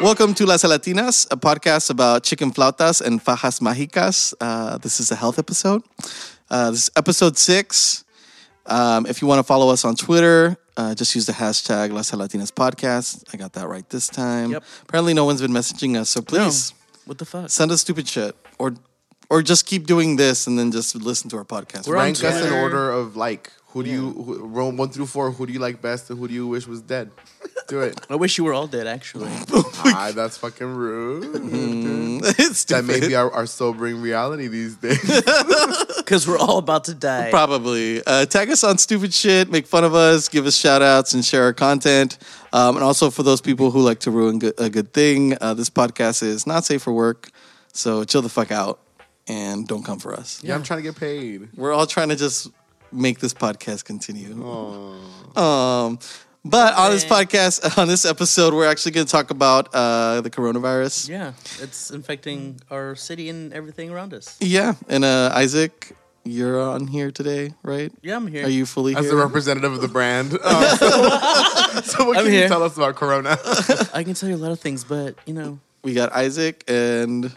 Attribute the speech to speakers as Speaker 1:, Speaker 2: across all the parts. Speaker 1: Welcome to Las Latinas, a podcast about chicken flautas and fajas mágicas. Uh, this is a health episode. Uh, this is episode six. Um, if you want to follow us on Twitter, uh, just use the hashtag Las Latinas Podcast. I got that right this time.
Speaker 2: Yep.
Speaker 1: Apparently, no one's been messaging us, so please
Speaker 2: What the fuck?
Speaker 1: send us stupid shit or or just keep doing this and then just listen to our podcast.
Speaker 2: We're on
Speaker 1: Rank
Speaker 3: Rank us in
Speaker 2: Twitter.
Speaker 3: order of like who do you who, row one through four. Who do you like best and who do you wish was dead? Do it.
Speaker 2: I wish you were all dead, actually.
Speaker 3: ah, that's fucking rude.
Speaker 1: it's
Speaker 3: that
Speaker 1: stupid.
Speaker 3: may be our, our sobering reality these days.
Speaker 2: Because we're all about to die.
Speaker 1: Probably. Uh, tag us on stupid shit, make fun of us, give us shout outs, and share our content. Um, and also, for those people who like to ruin good, a good thing, uh, this podcast is not safe for work. So chill the fuck out and don't come for us.
Speaker 3: yeah, I'm trying to get paid.
Speaker 1: We're all trying to just make this podcast continue. Um, but on this podcast, on this episode, we're actually going to talk about uh, the coronavirus.
Speaker 2: yeah, it's infecting our city and everything around us.
Speaker 1: Yeah. And uh, Isaac, you're on here today, right?
Speaker 2: Yeah, I'm here.
Speaker 1: Are you fully
Speaker 3: As
Speaker 1: here?
Speaker 3: the representative of the brand. Uh, so, so what
Speaker 2: I'm
Speaker 3: can
Speaker 2: here.
Speaker 3: you tell us about Corona? oh,
Speaker 2: I can tell you a lot of things, but you know,
Speaker 1: We got Isaac and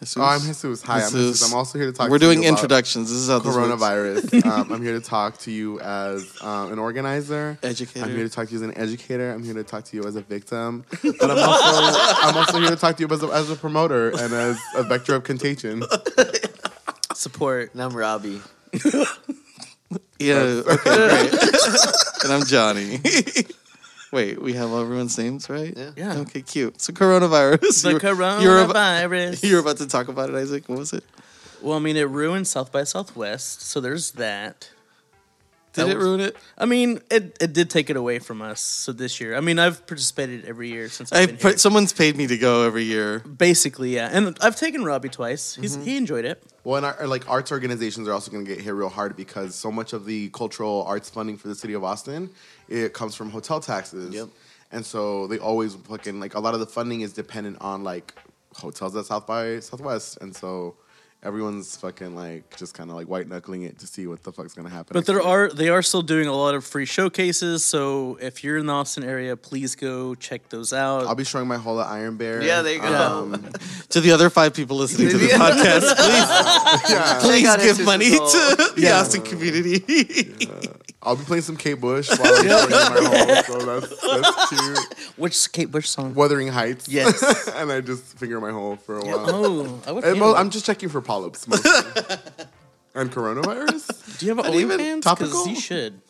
Speaker 1: Jesus.
Speaker 3: I'm Jesus. Hi, I'm Jesus. I'm also here to talk
Speaker 1: We're
Speaker 3: to you
Speaker 1: doing
Speaker 3: about
Speaker 1: introductions. This is how this works.
Speaker 3: coronavirus. um, I'm here to talk to you as um, an organizer,
Speaker 1: Educator.
Speaker 3: I'm here to talk to you as an educator. I'm here to talk to you as a victim, but I'm also I'm also here to talk to you as a, as a promoter and as a vector of contagion.
Speaker 2: support.
Speaker 4: And I'm Robbie.
Speaker 1: Yeah. Okay. Great. and I'm Johnny. Wait, we have everyone's names right?
Speaker 4: Yeah.
Speaker 2: Yeah.
Speaker 1: Okay, cute. So coronavirus.
Speaker 2: The
Speaker 1: you were-
Speaker 2: coronavirus.
Speaker 1: You were, about, you were about to talk about it, Isaac. What was it?
Speaker 2: well, I mean, it ruined South by Southwest, so there's that.
Speaker 1: Did
Speaker 2: That
Speaker 1: it
Speaker 2: was-
Speaker 1: ruin it?
Speaker 2: I mean, it, it did take it away from us. So this year, I mean, I've participated every year since
Speaker 1: I
Speaker 2: I've been
Speaker 1: pr-
Speaker 2: here.
Speaker 1: someone's paid me to go every year.
Speaker 2: Basically, yeah, and I've taken Robbie twice. He's he enjoyed it.
Speaker 3: Well, and our, like arts organizations are also going to get hit real hard because so much of the cultural arts funding for the city of Austin it comes from hotel taxes.
Speaker 4: Yep.
Speaker 3: And so they always fucking like a lot of the funding is dependent on like hotels at South by Southwest, and so everyone's fucking like just kind of like white knuckling it to see what the fuck's going to happen.
Speaker 2: But
Speaker 3: next
Speaker 2: there
Speaker 3: year.
Speaker 2: are they are still doing a lot of free showcases. So if you're in the Austin area, please go check those out.
Speaker 3: I'll be showing my whole at Iron Bear.
Speaker 4: Yeah, there you go.
Speaker 3: Um,
Speaker 1: To the other five people listening to the podcast, please,
Speaker 3: yeah.
Speaker 1: please
Speaker 4: out
Speaker 1: give
Speaker 4: Exorcist
Speaker 1: money
Speaker 4: Soul.
Speaker 1: to the Austin community.
Speaker 3: I'll be playing some Kate Bush while I'm recording my hole, so that's, that's cute.
Speaker 2: Which Kate Bush song?
Speaker 3: Wuthering Heights.
Speaker 2: Yes.
Speaker 3: and I just finger my hole for a while.
Speaker 2: Oh, I would.
Speaker 3: And
Speaker 2: feel
Speaker 3: mo-
Speaker 2: it.
Speaker 3: I'm just checking for polyps mostly. and coronavirus?
Speaker 2: Do you have an
Speaker 1: even
Speaker 2: OnlyFans? Because
Speaker 3: topical?
Speaker 2: you should.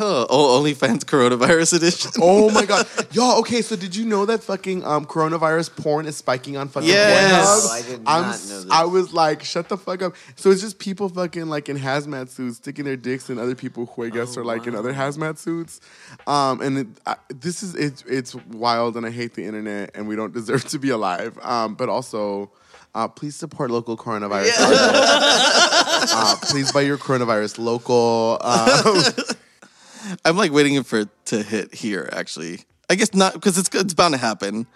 Speaker 1: oh, oh, OnlyFans coronavirus edition.
Speaker 3: Oh my god. Y'all, okay, so did you know that fucking um, coronavirus porn is spiking on fucking
Speaker 1: Yes.
Speaker 3: Pornhub?
Speaker 4: No, I did
Speaker 3: I'm
Speaker 4: not
Speaker 3: s-
Speaker 4: know this.
Speaker 3: I was like, shut the fuck up. So it's just people fucking like in hazmat suits sticking their dicks in other people who I
Speaker 4: Oh,
Speaker 3: guess are like in other hazmat suits. Um, and it, I, this is it's it's wild, and I hate the internet, and we don't deserve to be alive. Um, but also. Uh, please support local coronavirus. uh, please buy your coronavirus local. Um,
Speaker 1: I'm like waiting for it to hit here. Actually, I guess not because it's it's bound to happen.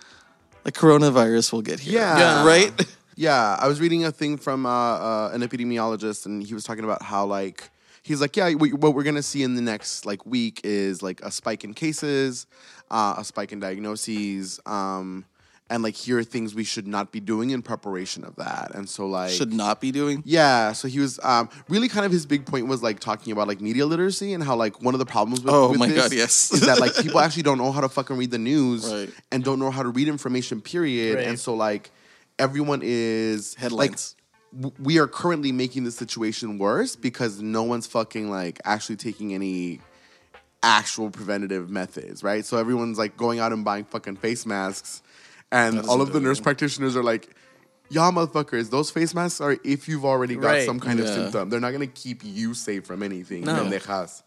Speaker 1: Like coronavirus will get here.
Speaker 3: Yeah. Yeah.
Speaker 1: Right.
Speaker 3: Yeah, I was reading a thing from uh, uh, an epidemiologist, and he was talking about how like he's like, yeah, we, what we're gonna see in the next like week is like a spike in cases, uh, a spike in diagnoses, um, and like here are things we should not be doing in preparation of that. And so like
Speaker 1: Should not be doing.
Speaker 3: yeah, so he was um, really kind of his big point was like talking about like media literacy and how like one of the problems with
Speaker 1: Oh
Speaker 3: with
Speaker 1: my
Speaker 3: this
Speaker 1: God, yes.
Speaker 3: is that like people actually don't know how to fucking read the news
Speaker 1: Right.
Speaker 3: and don't know how to read information period
Speaker 2: Right.
Speaker 3: and so like everyone is
Speaker 1: Headlines.
Speaker 3: like w- we are currently making the situation worse because no one's fucking like actually taking any actual preventative methods, right? So everyone's like going out and buying fucking face masks, and all of the nurse practitioners are like, "Y'all motherfuckers, those face masks are if you've already got
Speaker 2: Right,
Speaker 3: some kind of
Speaker 1: yeah.
Speaker 3: symptom. They're not gonna keep you safe from anything."
Speaker 2: No.
Speaker 3: pendejas."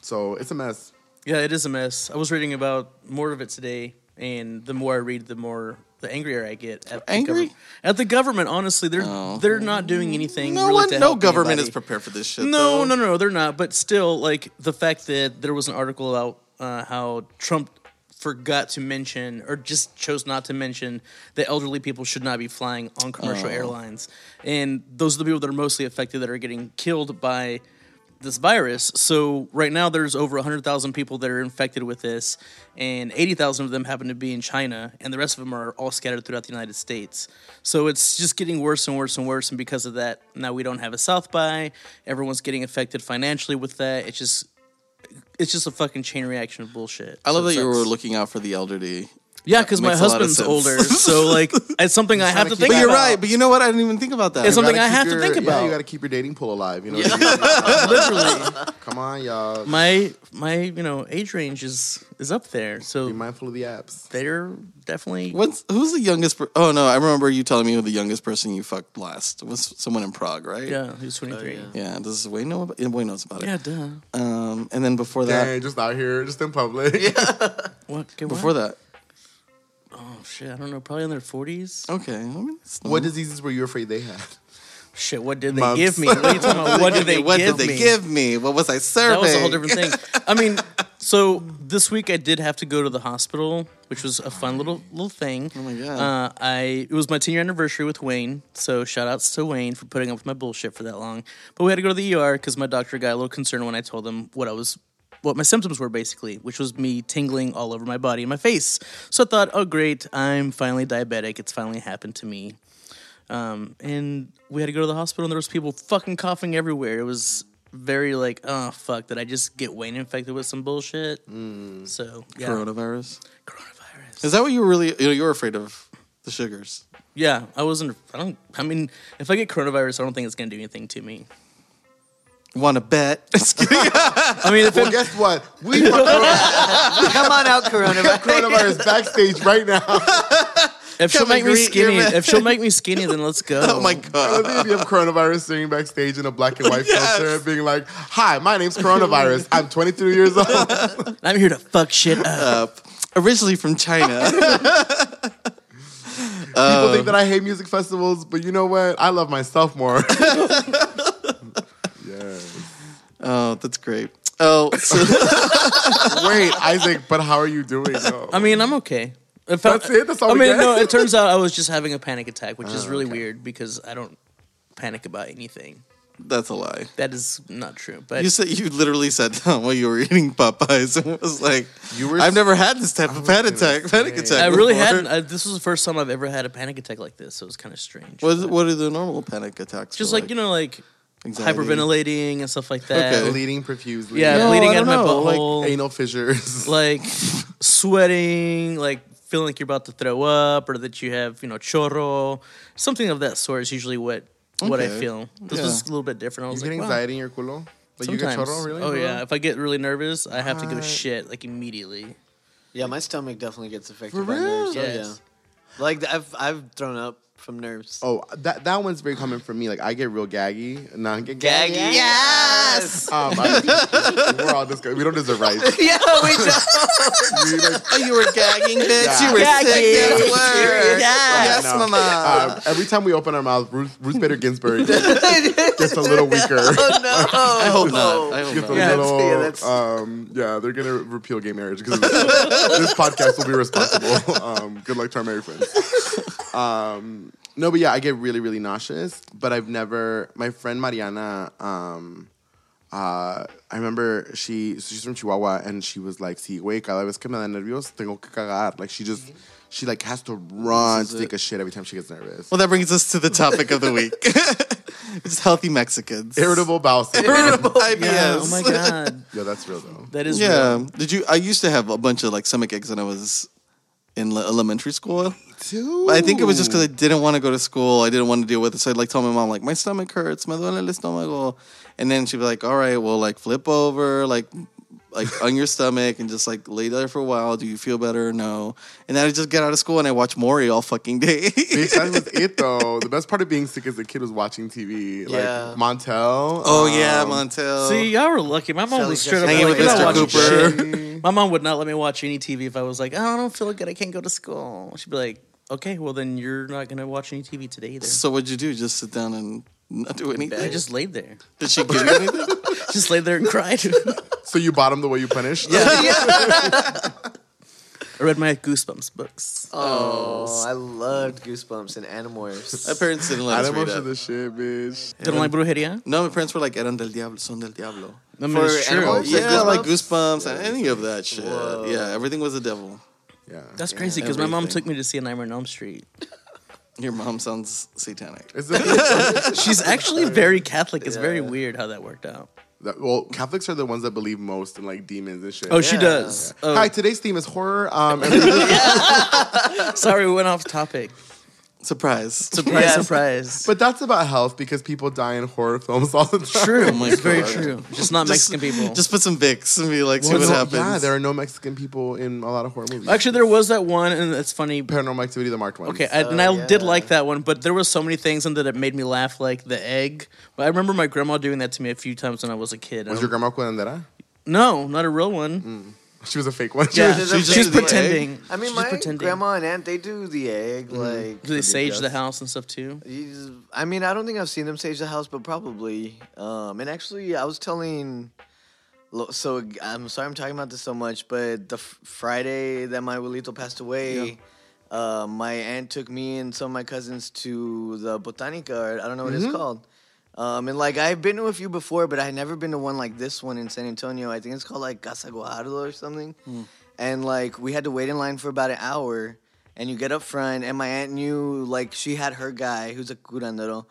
Speaker 3: So it's a mess.
Speaker 2: Yeah, it is a mess. I was reading about more of it today, and the more I read, the more the angrier I get. At
Speaker 1: Angry?
Speaker 2: the govern- at the government? Honestly, they're
Speaker 1: Oh.
Speaker 2: they're not doing anything.
Speaker 1: No
Speaker 2: really
Speaker 1: one,
Speaker 2: to
Speaker 1: no
Speaker 2: help
Speaker 1: government
Speaker 2: anybody.
Speaker 1: is prepared for this shit.
Speaker 2: No,
Speaker 1: though.
Speaker 2: no, no, they're not. But still, like the fact that there was an article about uh, how Trump forgot to mention or just chose not to mention that elderly people should not be flying on commercial airlines, and those are the people that are mostly affected that are getting killed by this virus. So right now there's over 100,000 people that are infected with this and 80,000 of them happen to be in China and the rest of them are all scattered throughout the United States. So it's just getting worse and worse and worse and because of that now we don't have a South by. Everyone's getting affected financially with that. It's just it's just a fucking chain reaction of bullshit.
Speaker 1: I love
Speaker 2: So it
Speaker 1: that you
Speaker 2: sucks.
Speaker 1: were looking out for the elderly.
Speaker 2: Yeah, because my
Speaker 1: makes a lot of
Speaker 2: husband's
Speaker 1: sense.
Speaker 2: older, so like it's something I have to
Speaker 3: keep
Speaker 2: think.
Speaker 1: But you're
Speaker 2: about.
Speaker 1: right. But you know what? I didn't even think about that.
Speaker 2: It's something
Speaker 3: Gotta
Speaker 2: I
Speaker 3: keep
Speaker 2: have to
Speaker 3: your-
Speaker 2: think
Speaker 3: Yeah,
Speaker 2: about.
Speaker 3: you got to keep your dating pool alive. You know,
Speaker 2: Literally,
Speaker 3: come on, y'all.
Speaker 2: my my you know age range is is up there,
Speaker 3: Be
Speaker 2: so
Speaker 3: mindful of the apps.
Speaker 2: they're definitely.
Speaker 1: What's who's the youngest? Per- oh no, I remember you telling me who the youngest person you fucked last was someone in Prague, right?
Speaker 2: Oh, Yeah, he's 23.
Speaker 4: yeah.
Speaker 1: Yeah. Does Wayne know? About, yeah, Wayne knows about it.
Speaker 2: yeah. duh.
Speaker 1: Um, and then before that,
Speaker 3: Dang, just out here, just in public.
Speaker 2: What? okay,
Speaker 1: before that,
Speaker 2: what? Oh shit, I don't know. Probably in their 40s.
Speaker 1: okay. I mean, it's
Speaker 3: What
Speaker 1: normal.
Speaker 3: diseases were you afraid they had?
Speaker 2: Shit, what did they
Speaker 3: Mumps.
Speaker 2: give me? What are you talking about? What did they
Speaker 1: what
Speaker 2: give
Speaker 1: did they
Speaker 2: me?
Speaker 1: give me? What was I serving?
Speaker 2: That was a whole different thing. I mean, so this week I did have to go to the hospital, which was a fun little little thing. Oh
Speaker 1: my God.
Speaker 2: Uh, I it was my ten year anniversary with Wayne, so shout outs to Wayne for putting up with my bullshit for that long. But we had to go to the ER because my doctor got a little concerned when I told him what I was. What my symptoms were basically, which was me tingling all over my body and my face. So I thought, oh great, I'm finally diabetic. It's finally happened to me. Um, and we had to go to the hospital, and there was people fucking coughing everywhere. It was very like, oh fuck, did I just get Wayne infected with some bullshit? So yeah,
Speaker 1: Coronavirus.
Speaker 2: coronavirus.
Speaker 1: Is that what you were really? You know, you were afraid of the sugars.
Speaker 2: Yeah, I wasn't. I don't. I mean, if I get coronavirus, I don't think it's gonna do anything to me.
Speaker 1: Want to bet? Just kidding.
Speaker 2: I mean, if
Speaker 3: Well,
Speaker 2: it,
Speaker 3: guess what? We are
Speaker 4: Come on out, coronavirus.
Speaker 3: coronavirus backstage right now.
Speaker 2: if she'll
Speaker 1: Come and
Speaker 2: make me
Speaker 1: greet your
Speaker 2: skinny,
Speaker 1: man.
Speaker 2: if she'll make me skinny, then let's go.
Speaker 1: oh my god.
Speaker 3: Imagine if you have coronavirus sitting backstage in a black and white
Speaker 1: Yes.
Speaker 3: filter and being like, "Hi, my name's coronavirus. I'm 23 years old."
Speaker 2: I'm here to fuck shit up.
Speaker 1: Originally from China.
Speaker 3: People think that I hate music festivals, but you know what? I love myself more. yes.
Speaker 1: Oh, that's great. Oh, so,
Speaker 3: Wait, Isaac, but how are you doing? though?
Speaker 2: I mean, I'm okay. If
Speaker 3: That's it? That's all
Speaker 2: I
Speaker 3: we
Speaker 2: mean,
Speaker 3: get?
Speaker 2: no. It turns out I was just having a panic attack, which is really weird because I don't panic about anything.
Speaker 1: that's a lie.
Speaker 2: That is not true. But
Speaker 1: You said you literally sat down while you were eating Popeyes and was like,
Speaker 3: You were-
Speaker 1: "I've never had this type of panic
Speaker 3: gonna
Speaker 1: attack." Panic
Speaker 3: say.
Speaker 1: attack.
Speaker 2: I really
Speaker 1: before."
Speaker 2: hadn't. I, this was the first time I've ever had a panic attack like this, so it was kind of strange.
Speaker 1: What is-
Speaker 2: But
Speaker 1: What are the normal panic attacks?
Speaker 2: Just like, you know, like
Speaker 1: Anxiety.
Speaker 2: hyperventilating and stuff like that.
Speaker 1: Okay.
Speaker 3: bleeding profusely.
Speaker 2: Yeah,
Speaker 1: No,
Speaker 2: bleeding
Speaker 1: I
Speaker 2: out of my
Speaker 1: don't know, like,
Speaker 2: butthole.
Speaker 3: Anal fissures.
Speaker 2: Like, sweating, like feeling like you're about to throw up, or that you have you know chorro, something of that sort is usually what what I
Speaker 1: Okay.
Speaker 2: feel. This
Speaker 1: Yeah.
Speaker 2: was a little bit different. I
Speaker 3: you
Speaker 2: was
Speaker 3: get
Speaker 2: like, wow.
Speaker 3: anxiety in your culo? Like you get
Speaker 2: Sometimes.
Speaker 3: chorro, really?
Speaker 2: oh
Speaker 3: bro?
Speaker 2: yeah, if I get really nervous, I have to go
Speaker 3: What?
Speaker 2: shit like immediately.
Speaker 4: yeah, my stomach definitely gets affected
Speaker 3: For
Speaker 4: by
Speaker 3: real?
Speaker 4: nerves. Oh,
Speaker 2: Yes.
Speaker 4: yeah. Like I've I've thrown up from nerves.
Speaker 3: Oh, that that one's very common for me. Like I get real gaggy, non gaggy.
Speaker 4: Gaggy. Yes.
Speaker 3: Um, I- we're all disgusting. We don't deserve rights.
Speaker 4: yeah, we just
Speaker 3: We, like,
Speaker 1: Oh, you were gagging, bitch.
Speaker 3: Yeah.
Speaker 1: You were
Speaker 4: Gagging.
Speaker 1: sick. That's
Speaker 4: Yes.
Speaker 1: worse. Yes,
Speaker 3: No.
Speaker 1: mama.
Speaker 3: um, every time we open our mouth, Ruth, Ruth Bader Ginsburg gets a little weaker.
Speaker 4: Oh no.
Speaker 1: I hope not. I hope
Speaker 3: Gets a
Speaker 1: not.
Speaker 2: Yeah,
Speaker 4: that's-
Speaker 3: little,
Speaker 4: yeah, that's-
Speaker 3: um, yeah, they're gonna repeal gay marriage because this, this podcast will be responsible. Um, good luck to our married friends. Um, no, but yeah, I get really, really nauseous. But I've never. My friend Mariana, um, uh, I remember she she's from Chihuahua and she was like, "Si, güey, cada vez que me da nervios tengo que cagar." Like she just she like has to
Speaker 1: Mm-hmm.
Speaker 3: run
Speaker 1: This
Speaker 3: to
Speaker 1: is
Speaker 3: take
Speaker 1: it.
Speaker 3: a shit every time she gets nervous.
Speaker 1: Well, that brings us to the topic of the week. It's healthy Mexicans.
Speaker 3: Irritable bowel syndrome.
Speaker 1: Irritable IBS.
Speaker 2: Yeah, oh my god,
Speaker 3: yeah, that's real though.
Speaker 2: that is
Speaker 1: Yeah.
Speaker 2: real.
Speaker 1: Did you? I used to have a bunch of like stomach aches when I was in le- elementary school.
Speaker 3: Dude.
Speaker 1: But I think it was just because I didn't want to go to school. I didn't want to deal with it. So I'd like tell my mom like my stomach hurts, my duele el estómago, and then she'd be like, "All right, well, like flip over, like." Like on your stomach and just like lay there for a while. Do you feel better? No. And then I just get out of school and I watch Maury all fucking day.
Speaker 3: Bitch, that was it though. The best part of being sick as a kid was watching TV.
Speaker 4: Yeah.
Speaker 3: Like Montel.
Speaker 1: oh yeah,
Speaker 3: um,
Speaker 1: Montel.
Speaker 2: See, y'all were lucky. My mom
Speaker 4: Sally
Speaker 2: was straight up
Speaker 1: Hanging
Speaker 2: like,
Speaker 1: with
Speaker 2: "You're
Speaker 1: Mr.
Speaker 2: not watching
Speaker 1: Cooper."
Speaker 2: shit." My mom would not let me watch any TV if I was like, oh, I don't feel good. I can't go to school. She'd be like, okay, well, then you're not going to watch any TV today either.
Speaker 1: So what'd you do? Just sit down and not do
Speaker 2: I
Speaker 1: anything?
Speaker 2: just laid there.
Speaker 1: Did she give you anything?
Speaker 2: Just laid there and cried.
Speaker 3: So you bottom the way you punish?
Speaker 1: yeah.
Speaker 2: I read my Goosebumps books.
Speaker 4: Oh, I loved Goosebumps and Animorphs.
Speaker 1: My parents didn't let
Speaker 3: I
Speaker 1: us
Speaker 3: don't
Speaker 1: read
Speaker 3: watch
Speaker 1: it.
Speaker 3: this shit, bitch.
Speaker 2: Didn't like brujeria.
Speaker 1: No, my parents were like, eran del diablo, son del diablo.
Speaker 2: I mean,
Speaker 4: For
Speaker 2: it's true.
Speaker 4: animals?
Speaker 1: yeah,
Speaker 4: Goosebumps?
Speaker 1: like goosebumps and any of that shit.
Speaker 4: Whoa.
Speaker 1: Yeah, everything was a devil.
Speaker 3: Yeah,
Speaker 2: That's crazy because my mom
Speaker 1: everything.
Speaker 2: took me to see a Nightmare on Elm Street.
Speaker 1: Your mom sounds satanic.
Speaker 3: It's a-
Speaker 2: She's actually very Catholic. It's very
Speaker 4: Yeah.
Speaker 2: weird how that worked out.
Speaker 3: that- well, Catholics are the ones that believe most in like demons and shit.
Speaker 2: Oh, she
Speaker 4: Yeah.
Speaker 2: does. Oh,
Speaker 3: Hi, today's theme is horror. Um, and-
Speaker 2: Oh, sorry, we went off topic.
Speaker 1: Surprise.
Speaker 2: Surprise,
Speaker 4: Yes.
Speaker 2: surprise.
Speaker 3: but that's about health because people die in horror films all the time.
Speaker 2: true.
Speaker 1: my
Speaker 2: it's very
Speaker 1: God.
Speaker 2: true. Just not
Speaker 1: Just-
Speaker 2: Mexican people.
Speaker 1: Just put some Vicks and be like, see what
Speaker 3: no,
Speaker 1: happens.
Speaker 3: Yeah, there are no Mexican people in a lot of horror movies.
Speaker 2: Actually, there was that one, and it's funny.
Speaker 3: Paranormal Activity, the marked one.
Speaker 2: Okay, I, and I
Speaker 4: Oh,
Speaker 2: did
Speaker 4: yeah.
Speaker 2: like that one, but there were so many things in that it made me laugh, like the egg. But I remember my grandma doing that to me a few times when I was a kid.
Speaker 3: was
Speaker 2: and
Speaker 3: your
Speaker 2: I'm-
Speaker 3: grandma curandera?
Speaker 2: no, not a real one.
Speaker 3: She was a fake one.
Speaker 2: Yeah,
Speaker 4: She was
Speaker 2: she's,
Speaker 4: just
Speaker 2: just
Speaker 4: the egg?
Speaker 2: pretending.
Speaker 4: I mean,
Speaker 2: She's
Speaker 4: my
Speaker 2: pretending. Mm-hmm.
Speaker 4: grandma and aunt, they do the egg. Like,
Speaker 2: Do they sage the
Speaker 4: Yes.
Speaker 2: house and stuff too?
Speaker 4: You just- I mean, I don't think I've seen them stage the house, but probably. Um, and actually, I was telling. lo- So I'm sorry I'm talking about this so much, but the f- Friday that my abuelito passed away, uh, my aunt took me and some of my cousins to the Botanica. Or I don't know what it's called. Um, and like I've been to a few before, but I've never been to one like this one in San Antonio. I think it's called like Casa Guajardo or something. And like we had to wait in line for about an hour. And you get up front, and my aunt knew like she had her guy who's a curandero,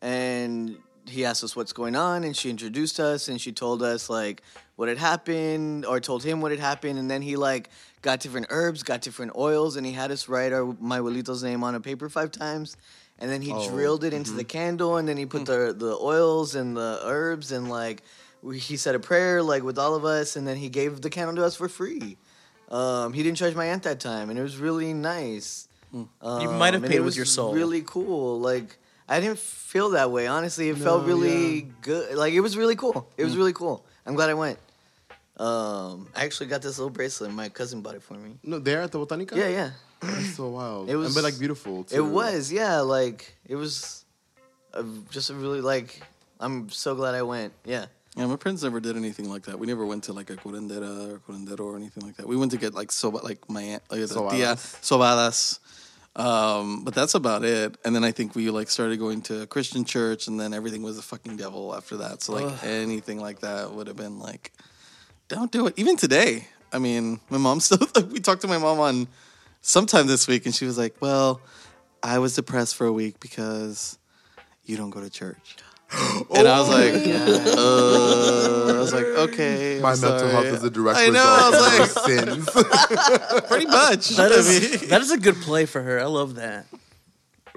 Speaker 4: and he asked us what's going on, and she introduced us, and she told us like what had happened, or told him what had happened, and then he like got different herbs, got different oils, and he had us write our my abuelito's name on a paper five times, and then he
Speaker 2: Oh,
Speaker 4: drilled it into
Speaker 2: mm-hmm.
Speaker 4: the candle and then he
Speaker 2: Hmm.
Speaker 4: put the the oils and the herbs and like we, he said a prayer like with all of us and then he gave the candle to us for free um, he didn't charge my aunt that time and it was really nice
Speaker 2: Hmm. You might have
Speaker 4: Um, and
Speaker 2: paid
Speaker 4: it
Speaker 2: with your
Speaker 4: was
Speaker 2: soul.
Speaker 4: really cool like i didn't feel that way honestly it felt really good like it was really cool it was really cool i'm glad i went um, i actually got this little bracelet my cousin bought it for me
Speaker 3: No, there at the Botanica?
Speaker 4: yeah yeah
Speaker 3: That's so wild.
Speaker 4: It
Speaker 3: It was,
Speaker 4: was-
Speaker 3: but like beautiful. Too.
Speaker 4: It was, yeah. Like it was, a, just a really like. I'm so glad I went. Yeah.
Speaker 1: Yeah, my parents never did anything like that. We never went to like a curandera or curandero or anything like that. We went to get like soba, like my aunt, like sobadas. Tía, sobadas. Um, but that's about it. And then I think we like started going to a Christian church, and then everything was a fucking devil after that. So like anything like that would have been like, don't do it. Even today, I mean, my mom still. we talked to my mom on sometime this week, and she was like, "Well, I was depressed for a week because you don't go to church." And I was like, uh, I was like, okay. I'm
Speaker 3: My mental
Speaker 1: sorry.
Speaker 3: health is a direct
Speaker 1: I know.
Speaker 3: result
Speaker 1: I was
Speaker 3: of my sins.
Speaker 1: like, pretty much.
Speaker 2: That
Speaker 1: I
Speaker 2: is
Speaker 1: mean,
Speaker 2: that is a good play for her. I love that.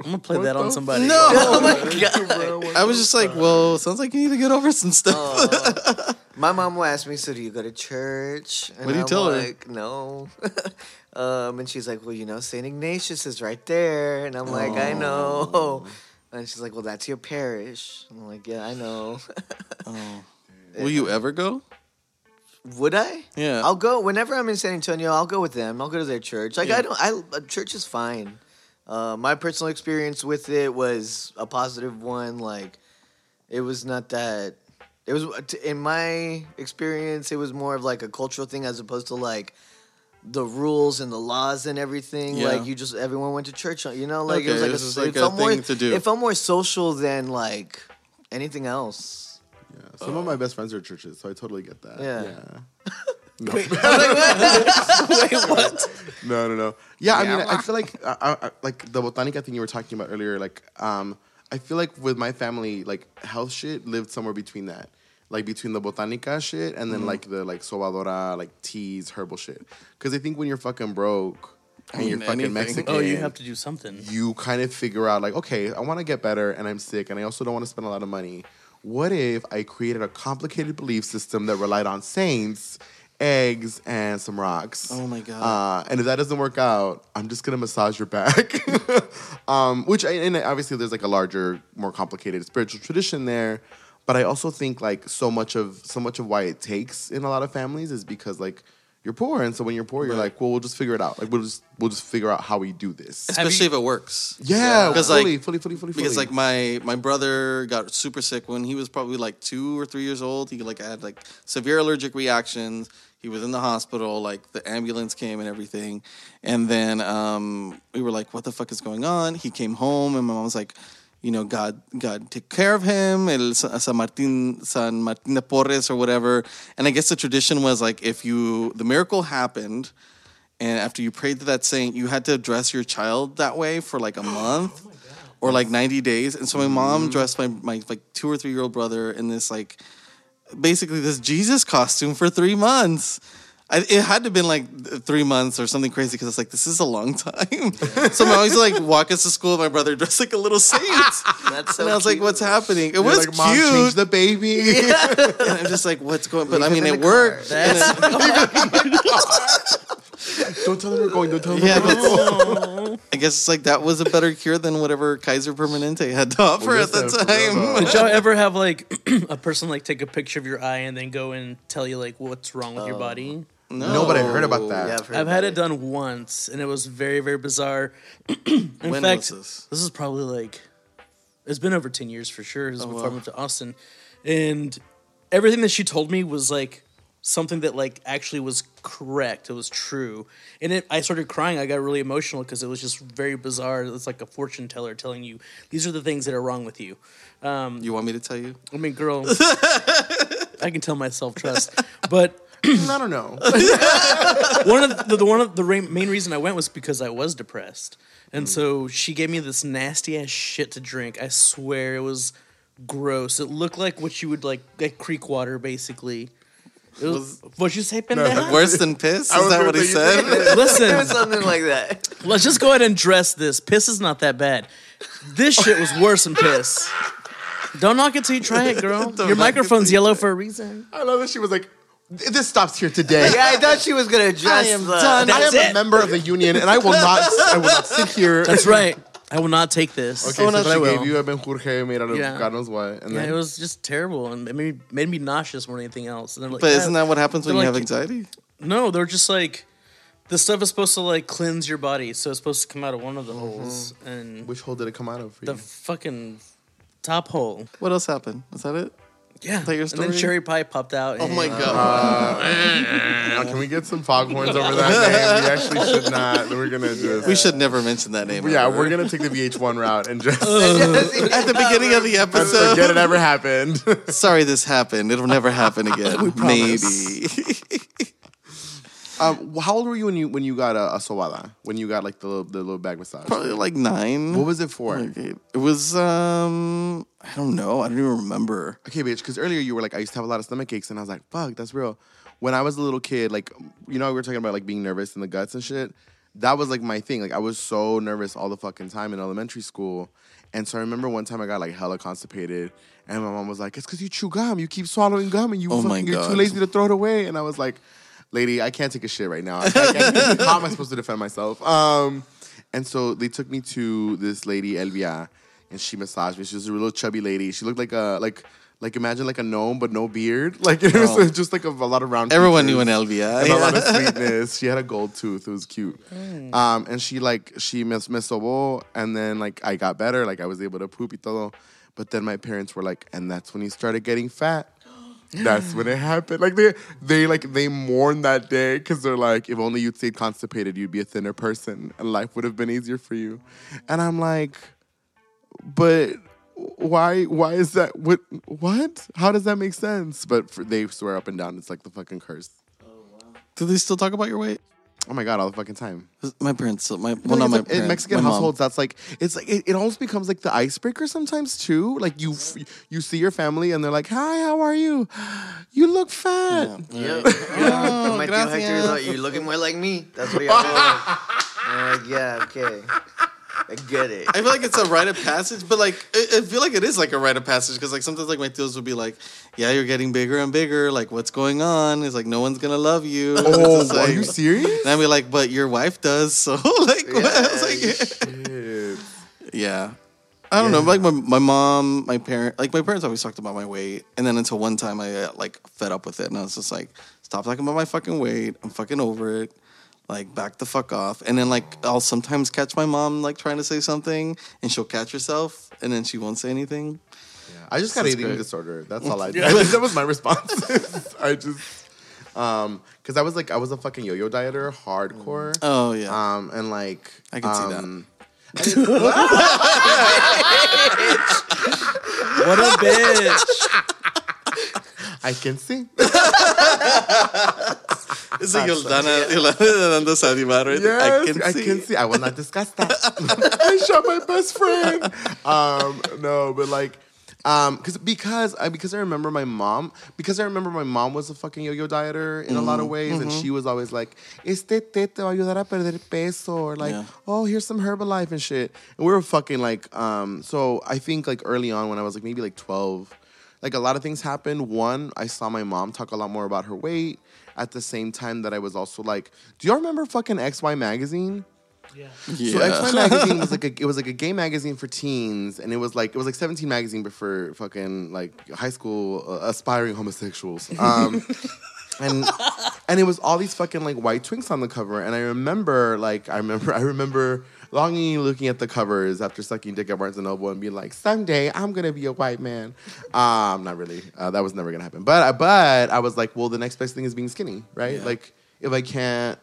Speaker 2: I'm gonna play that on
Speaker 3: the
Speaker 2: somebody.
Speaker 1: no.
Speaker 3: Bro, what-
Speaker 1: I was just like, well, sounds like you need to get over some stuff.
Speaker 2: Oh,
Speaker 4: My mom will ask me, "So do you go to church?" And
Speaker 1: What do you
Speaker 4: I'm
Speaker 1: tell her?
Speaker 4: like, No. um, and she's like, "Well, you know, Saint Ignatius is right there," and I'm like, "I know." And she's like, "Well, that's your parish." I'm like, "Yeah, I know."
Speaker 1: Will you ever go?
Speaker 4: Would I?
Speaker 1: Yeah.
Speaker 4: I'll go whenever I'm in San Antonio. I'll go with them. I'll go to their church. Like
Speaker 1: Yeah.
Speaker 4: I don't. I uh, church is fine. Uh, my personal experience with it was a positive one. Like it was not that. It was in my experience. It was more of like a cultural thing as opposed to like the rules and the laws and everything.
Speaker 1: Yeah.
Speaker 4: Like you just everyone went to church. You know, like it
Speaker 1: Okay,
Speaker 4: was like
Speaker 1: this is
Speaker 4: a,
Speaker 1: like
Speaker 4: it
Speaker 1: a
Speaker 4: felt more,
Speaker 1: thing to do.
Speaker 4: It felt more social than like anything else.
Speaker 3: Yeah, Some of my best friends are churches, so I totally get that.
Speaker 4: Yeah.
Speaker 3: No. No, no, no. Yeah, I mean, I feel like I, I, I- like the botanica thing you were talking about earlier. Like, um, I feel like with my family, like health shit lived somewhere between that, like between the botanica shit and then like the like sobadora, like teas, herbal shit. Because I think when you're fucking broke and
Speaker 1: mean,
Speaker 3: you're fucking
Speaker 1: anything.
Speaker 3: Mexican,
Speaker 2: Oh, you have to do something.
Speaker 3: you kind of figure out like, okay, I want to get better and I'm sick and I also don't want to spend a lot of money. What if I created a complicated belief system that relied on saints, eggs, and some rocks?
Speaker 1: Oh my God.
Speaker 3: Uh, and if that doesn't work out, I'm just gonna massage your back. um, which I, and obviously there's like a larger, more complicated spiritual tradition there. But I also think like so much of so much of why it takes in a lot of families is because like you're poor, and so when you're poor, you're like, well, we'll just figure it out. Like we'll just we'll just figure out how we do this.
Speaker 2: Have
Speaker 1: especially
Speaker 2: you-
Speaker 1: if it works.
Speaker 3: Yeah,
Speaker 1: Because,
Speaker 3: fully,
Speaker 1: like-
Speaker 3: fully, fully, fully, fully.
Speaker 1: Because like my my brother got super sick when he was probably like two or three years old. He like had like severe allergic reactions. He was in the hospital. Like the ambulance came and everything. And then um, we were like, "What the fuck is going on?" He came home, and my mom was like, "You know, God, God, take care of him." El Sa- San Martin, San Martin de Porres or whatever. And I guess the tradition was like, if you the miracle happened. And after you prayed to that saint, you had to address your child that way for like a month or like 90 days. And so my mom dressed my, my like two or three year old brother in this like basically this Jesus costume for three months. I, it had to have been like th- three months or something crazy because it's like this is a long time. so my mom used to like walk us to school. My brother dressed like a little saint,
Speaker 4: That's so
Speaker 1: and I was like,
Speaker 4: cute.
Speaker 1: "What's happening?" It
Speaker 3: You're
Speaker 1: was
Speaker 3: like, mom,
Speaker 1: cute,
Speaker 3: change the baby.
Speaker 1: and I'm just like, "What's going?" But I
Speaker 4: Leave
Speaker 1: mean,
Speaker 4: him in
Speaker 1: it
Speaker 4: the car.
Speaker 1: worked.
Speaker 2: That's
Speaker 3: don't tell them we're going. Don't tell them
Speaker 1: Yeah,
Speaker 3: we're going.
Speaker 1: I guess it's like that was a better cure than whatever Kaiser Permanente had to offer
Speaker 3: Well,
Speaker 1: at the
Speaker 3: yes, uh, for real,
Speaker 1: time.
Speaker 3: though.
Speaker 2: Did y'all ever have like a person like take a picture of your eye and then go and tell you like what's wrong with your body?
Speaker 3: No, but I heard about that.
Speaker 4: Yeah, I've, heard
Speaker 2: I've had
Speaker 4: about
Speaker 2: it done once and it was very, very bizarre. In
Speaker 1: When
Speaker 2: fact,
Speaker 1: was this?
Speaker 2: is probably like it's been over ten years for sure. This is before I moved to Austin, and everything that she told me was like something that like actually was correct. It was true, and it, I started crying. I got really emotional because it was just very bizarre. It was like a fortune teller telling you these are the things that are wrong with you.
Speaker 1: You want me to tell you?
Speaker 2: I mean, girl, I can tell myself trust, but
Speaker 3: I don't know.
Speaker 2: one of the, the one of the ra- main reason I went was because I was depressed, and so she gave me this nasty ass shit to drink. I swear it was gross. It looked like what you would like like creek water basically. It was, what'd you say, pendeja?
Speaker 1: Worse than piss? Is
Speaker 3: was
Speaker 1: that
Speaker 3: gonna
Speaker 1: what he
Speaker 3: say you
Speaker 1: said?
Speaker 4: that.
Speaker 2: Listen,
Speaker 4: something like that.
Speaker 2: let's just go ahead and dress this. Piss is not that bad. This shit was worse than piss. Don't knock it till you try it, girl. Your
Speaker 1: knock it
Speaker 2: microphone's yellow for a reason.
Speaker 3: I love that she was like, "This stops here today."
Speaker 4: Yeah, I thought she was gonna address
Speaker 1: am
Speaker 4: the.
Speaker 1: done.
Speaker 3: I
Speaker 2: That's
Speaker 3: am
Speaker 2: it.
Speaker 3: a member of the union, and I will not. I will not sit here.
Speaker 2: That's right. I will not take this.
Speaker 3: Okay, so
Speaker 2: But I
Speaker 3: she
Speaker 2: will.
Speaker 3: gave you a menjurje made out of
Speaker 2: Yeah.
Speaker 3: God knows what, and
Speaker 2: Yeah,
Speaker 3: then
Speaker 2: it was just terrible, and it made, made me nauseous more than anything else. And they're like,
Speaker 1: But
Speaker 2: "Yeah."
Speaker 1: isn't that what happens when
Speaker 2: They're
Speaker 1: you have
Speaker 2: like-
Speaker 1: anxiety?
Speaker 2: No, they're just like the stuff is supposed to like cleanse your body, so it's supposed to come out of one of the
Speaker 1: Mm-hmm.
Speaker 2: holes and
Speaker 3: which hole did it come out of for you?
Speaker 2: the fucking top hole.
Speaker 1: What else happened? Is that it?
Speaker 2: Yeah,
Speaker 1: that your
Speaker 2: and
Speaker 1: story?
Speaker 2: then cherry pie popped out.
Speaker 1: Oh my
Speaker 2: and-
Speaker 1: god.
Speaker 3: Now, can we get some foghorns over that name? We actually should not. We're gonna just.
Speaker 1: we should never mention that name.
Speaker 3: yeah,
Speaker 1: ever.
Speaker 3: we're gonna take the VH1 route and just
Speaker 1: at the beginning of the
Speaker 3: and forget
Speaker 1: episode.
Speaker 3: it ever happened.
Speaker 1: Sorry this happened. It'll never happen again. Maybe.
Speaker 3: um, well, how old were you when you when you got a, a sobada? When you got like the little, the little back massage?
Speaker 1: Probably like nine.
Speaker 3: What was it for?
Speaker 1: Okay. It was um I don't know. I don't even remember.
Speaker 3: Okay, bitch, because earlier you were like, I used to have a lot of stomach aches, and I was like, fuck, that's real. When I was a little kid, like, you know, we were talking about like being nervous in the guts and shit. That was like my thing. Like, I was so nervous all the fucking time in elementary school. And so I remember one time I got like hella constipated, and my mom was like, it's because you chew gum. You keep swallowing gum, and you
Speaker 1: Oh my
Speaker 3: fucking, you're
Speaker 1: God.
Speaker 3: too lazy to throw it away. And I was like, lady, I can't take a shit right now. I can't- I can't- how am I supposed to defend myself? Um, and so they took me to this lady, Elvia, and she massaged me. She was a little chubby lady. She looked like a like like imagine like a gnome but no beard. Like it was
Speaker 1: Oh.
Speaker 3: just like a, a lot of round.
Speaker 1: Everyone knew
Speaker 3: features
Speaker 1: an LVI.
Speaker 3: and a lot of sweetness. She had a gold tooth. It was cute. Um, and she like she miss miss sobó, and then like I got better. Like I was able to poop y todo. But then my parents were like, and that's when he started getting fat. That's when it happened. Like they they like they mourn that day because they're like, if only you'd stayed constipated, you'd be a thinner person, and life would have been easier for you. And I'm like, but. Why? Why is that? What? What? How does that make sense? But for, they swear up and down, it's like the fucking curse.
Speaker 1: Do they still talk about your weight?
Speaker 3: Oh my god, all the fucking time.
Speaker 1: My parents still my well not my
Speaker 3: It's like- in
Speaker 1: parents,
Speaker 3: Mexican
Speaker 1: my mom.
Speaker 3: households, that's like it's like it, it almost becomes like the icebreaker sometimes too. Like you f- you see your family and they're like, "Hi, how are you? You look fat."
Speaker 4: Yeah.
Speaker 1: Oh,
Speaker 4: yeah. My tío Hector is like, you're looking more like me. That's what you're like. I'm like, yeah, okay. I get it.
Speaker 1: I feel like it's a rite of passage, but like I, I feel like it is like a rite of passage because like sometimes like my tios would be like, "Yeah, you're getting bigger and bigger. Like, what's going on? It's like no one's gonna love you." And it's just
Speaker 3: Oh, are
Speaker 1: like-
Speaker 3: you serious?
Speaker 1: And I'd be like, "But your wife does." So like, what? I was like- yeah.
Speaker 3: Shit.
Speaker 1: I don't know. Like my, my mom, uh, my parent, like my parents always talked about my weight, and then until one time I got like fed up with it, and I was just like, Stop talking about my fucking weight. I'm fucking over it. Like back the fuck off. And then like I'll sometimes catch my mom like trying to say something, and she'll catch herself, and then she won't say anything.
Speaker 3: I just got
Speaker 1: Sounds
Speaker 3: eating
Speaker 1: great.
Speaker 3: disorder. That's all I did. that was my response. I just, um, because I was like, I was a fucking yo-yo dieter, hardcore.
Speaker 1: Oh yeah.
Speaker 3: Um, and like,
Speaker 1: I
Speaker 3: um,
Speaker 1: can see that.
Speaker 3: see that.
Speaker 2: What a bitch.
Speaker 3: I can see.
Speaker 1: Is it Yolanda? Yolanda dando sa animar right there?
Speaker 3: Yes, I can, see. I will not discuss that. I shot my best friend. Um, no, but like, um, cause because I because I remember my mom because I remember my mom was a fucking yo-yo dieter in a lot of ways, and she was always like, "Este té te va a ayudar a perder peso," or like,
Speaker 1: Yeah.
Speaker 3: "Oh, here's some Herbalife and shit." And we were fucking like, um, so I think like early on when I was like maybe like twelve. Like a lot of things happened. One, I saw my mom talk a lot more about her weight at the same time that I was also like, do y'all remember fucking XY magazine? So
Speaker 1: Yeah.
Speaker 3: X Men magazine was like a, it was like a gay magazine for teens, and it was like it was like Seventeen magazine, but for fucking like high school uh, aspiring homosexuals. Um, and and it was all these fucking like white twinks on the cover, and I remember like I remember I remember longing looking at the covers after sucking dick at Barnes and Noble and being like, someday I'm gonna be a white man. Um, not really. Uh, that was never gonna happen. But I but I was like, well, the next best thing is being skinny, right? Like if I can't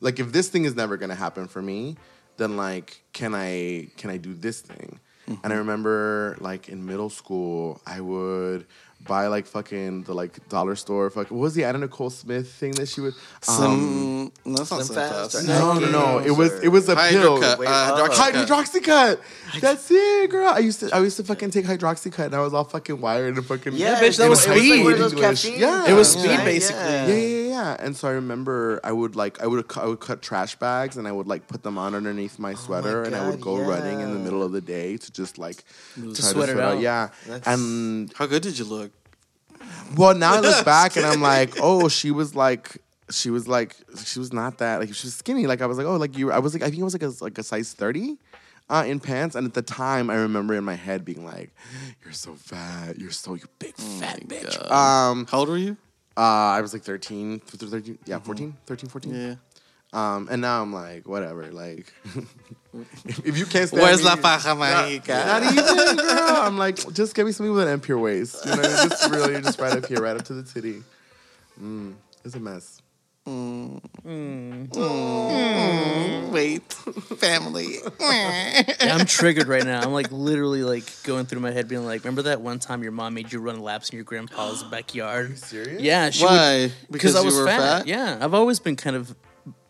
Speaker 3: like if this thing is never gonna happen for me then like can i can i do this thing and i remember like in middle school i would buy like fucking the like dollar store fuck what was the anna nicole smith thing that she would um,
Speaker 1: Some, no, that's not
Speaker 4: Slim
Speaker 1: Slim
Speaker 4: Fast
Speaker 1: Fast.
Speaker 4: or
Speaker 1: No.
Speaker 3: no no no it was it was a pill
Speaker 1: Hydrocut.
Speaker 4: Wait,
Speaker 1: uh,
Speaker 4: oh.
Speaker 1: hydroxycut.
Speaker 3: Hyd- hydroxycut that's it girl i used to i used to fucking take hydroxycut and i was all fucking wired and fucking
Speaker 4: Yeah,
Speaker 2: bitch, that
Speaker 4: it
Speaker 2: was
Speaker 4: it like one of those
Speaker 3: speed.
Speaker 4: caffeine
Speaker 3: Yeah.
Speaker 2: It was
Speaker 4: things,
Speaker 2: speed,
Speaker 4: right?
Speaker 2: basically.
Speaker 4: Yeah.
Speaker 3: yeah, yeah, yeah, yeah. And so I remember I would like I would cu- I would cut trash bags and I would like put them on underneath my sweater and I would
Speaker 4: God,
Speaker 3: go running in the
Speaker 4: yeah.
Speaker 3: middle of the day to just like try to
Speaker 2: sweat it out.
Speaker 3: Yeah,
Speaker 4: That's-
Speaker 3: and
Speaker 1: How good did you look?
Speaker 3: well now I look back and I'm like, oh, she was like. She was like, she was not that like she was skinny. Like I was like, oh, like you. were- I was like, I think it was like a like a size thirty, uh, in pants. And at the time, I remember in my head being like, "You're so fat. You're so you big fat bitch." Um,
Speaker 1: How old were you?
Speaker 3: uh, I was like 13, 13 yeah, 14, 13, 14.
Speaker 1: Yeah.
Speaker 3: Um, and now I'm like, whatever. Like, if, if you can't stand
Speaker 1: Where's
Speaker 3: me,
Speaker 1: La Faja Mágica?
Speaker 3: Not even, girl. I'm like, just give me something with an impure waist. You know, just really, just right up here, right up to the titty. Mm, it's a mess.
Speaker 1: Wait, family.
Speaker 2: Yeah, I'm triggered right now. I'm like literally like going through my head, being like, "Remember that one time your mom made you run laps in your grandpa's backyard?"
Speaker 3: Serious?
Speaker 2: Yeah, she would-
Speaker 1: Why?
Speaker 2: because I was
Speaker 1: you were
Speaker 2: fat.
Speaker 1: fat.
Speaker 2: Yeah, I've always been kind of,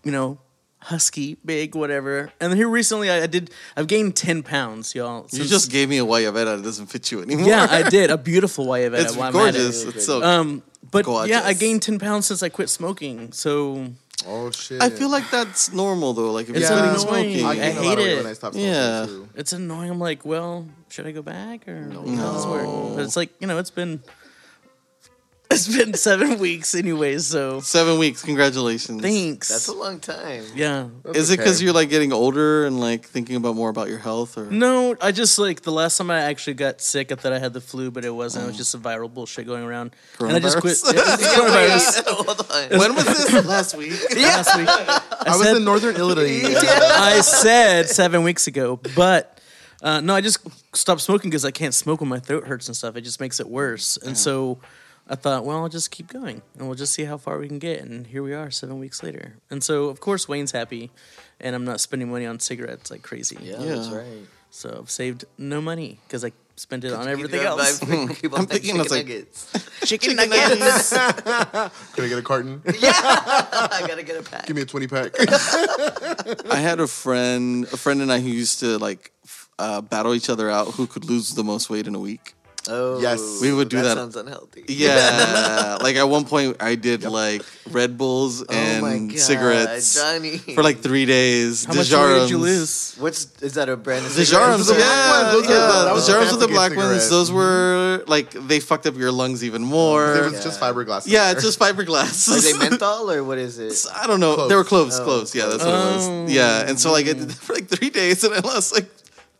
Speaker 2: you know, husky, big, whatever. And here recently, I, I did. I've gained ten pounds, y'all.
Speaker 1: You
Speaker 2: since-
Speaker 1: just gave me a guayabera that doesn't fit you anymore.
Speaker 2: yeah, I did a beautiful YVA.
Speaker 1: It's gorgeous. It's so.
Speaker 2: Um, but yeah, I
Speaker 1: Gorgeous.
Speaker 2: gained ten pounds since I quit smoking. So
Speaker 3: Oh shit.
Speaker 1: I feel like that's normal though. Like if
Speaker 2: It's
Speaker 1: you're quitting
Speaker 2: annoying.
Speaker 1: smoking,
Speaker 3: I,
Speaker 2: I
Speaker 3: gained
Speaker 2: hate
Speaker 3: a lot of weight
Speaker 2: it.
Speaker 3: when I stopped smoking
Speaker 1: Yeah.
Speaker 3: too.
Speaker 2: it's annoying. I'm like, well, should I go back or no? How does this work? But it's like you know, it's been it's been seven weeks anyways. So
Speaker 1: seven weeks. Congratulations.
Speaker 2: thanks.
Speaker 4: That's a long time.
Speaker 2: yeah.
Speaker 1: Is it because
Speaker 3: Okay.
Speaker 1: you're like getting older and like thinking about more about your health or?
Speaker 2: No, I just like the last time I actually got sick, I thought I had the flu, but it wasn't. It was just a viral bullshit going around, and I just quit.
Speaker 1: Coronavirus?
Speaker 2: Yeah, it was coronavirus.
Speaker 4: Hold on.
Speaker 1: When was this? Last week.
Speaker 2: Last week, I,
Speaker 3: I was
Speaker 2: said,
Speaker 3: in northern Italy.
Speaker 2: I said seven weeks ago, but uh, no, I just stopped smoking because I can't smoke when my throat hurts and stuff. It just makes it worse, and so I thought, well, I'll just keep going, and we'll just see how far we can get. And here we are, seven weeks later, and so of course Wayne's happy, and I'm not spending money on cigarettes like crazy.
Speaker 4: Yeah, that's
Speaker 1: Yeah.
Speaker 4: right.
Speaker 2: So I've saved no money because I spent it on
Speaker 4: Keep
Speaker 2: everything
Speaker 4: going,
Speaker 2: else.
Speaker 4: babe. Keep on
Speaker 1: I'm thinking
Speaker 4: chicken
Speaker 1: it's like-
Speaker 4: nuggets.
Speaker 2: Chicken nuggets.
Speaker 3: Can I get a carton?
Speaker 4: I gotta get a pack.
Speaker 3: Give me a twenty pack.
Speaker 1: I had a friend, a friend and I who used to like f- uh, battle each other out who could lose the most weight in a week.
Speaker 4: Oh,
Speaker 3: Yes.
Speaker 1: We would do that.
Speaker 4: Sounds unhealthy.
Speaker 1: Yeah, like at one point I did like Red Bulls
Speaker 4: Oh
Speaker 1: and
Speaker 4: my god,
Speaker 1: cigarettes
Speaker 4: Johnny.
Speaker 1: for like three days.
Speaker 2: How much money did you
Speaker 1: Dejarums.
Speaker 2: lose?
Speaker 4: what's is that a brand? of
Speaker 1: The
Speaker 4: cigarettes?
Speaker 1: Jarums, yeah,
Speaker 3: black ones. Those are-
Speaker 1: yeah.
Speaker 3: that
Speaker 1: The
Speaker 3: was
Speaker 1: Jarums with the
Speaker 3: fancy
Speaker 1: black ones.
Speaker 3: cigarettes.
Speaker 1: Those were like they fucked up your lungs even more.
Speaker 3: It was just fiberglass.
Speaker 1: yeah, it's just fiberglass.
Speaker 4: Are they menthol or what is it?
Speaker 1: So, I don't know. They were close,
Speaker 4: Oh.
Speaker 1: close. Yeah, that's what
Speaker 2: Oh.
Speaker 1: it was. Yeah, and so like I did that for like three days, and I lost like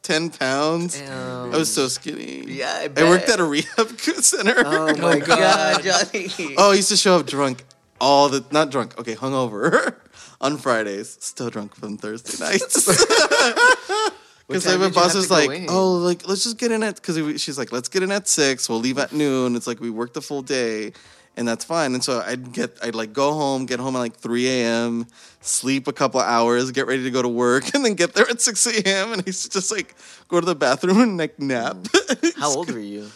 Speaker 1: ten pounds.
Speaker 4: Damn.
Speaker 1: I was so skinny.
Speaker 4: Yeah, I
Speaker 1: I worked at
Speaker 4: bet.
Speaker 1: a rehab center.
Speaker 4: Oh my Oh god, Johnny.
Speaker 1: Oh, I used to show up drunk all the not drunk, okay, hungover on Fridays, still drunk from Thursday nights. Because like
Speaker 4: time
Speaker 1: my
Speaker 4: did you have
Speaker 1: boss
Speaker 4: to
Speaker 1: was
Speaker 4: go
Speaker 1: like,
Speaker 4: in?
Speaker 1: "Oh, like let's just get in at," because she's like, "Let's get in at six. We'll leave at noon." It's like we work the full day, and that's fine. And so I'd get, I'd like go home, get home at like three a.m., sleep a couple hours, get ready to go to work, and then get there at six a.m. And I used to just like go to the bathroom and like nap.
Speaker 4: Mm. How old were you?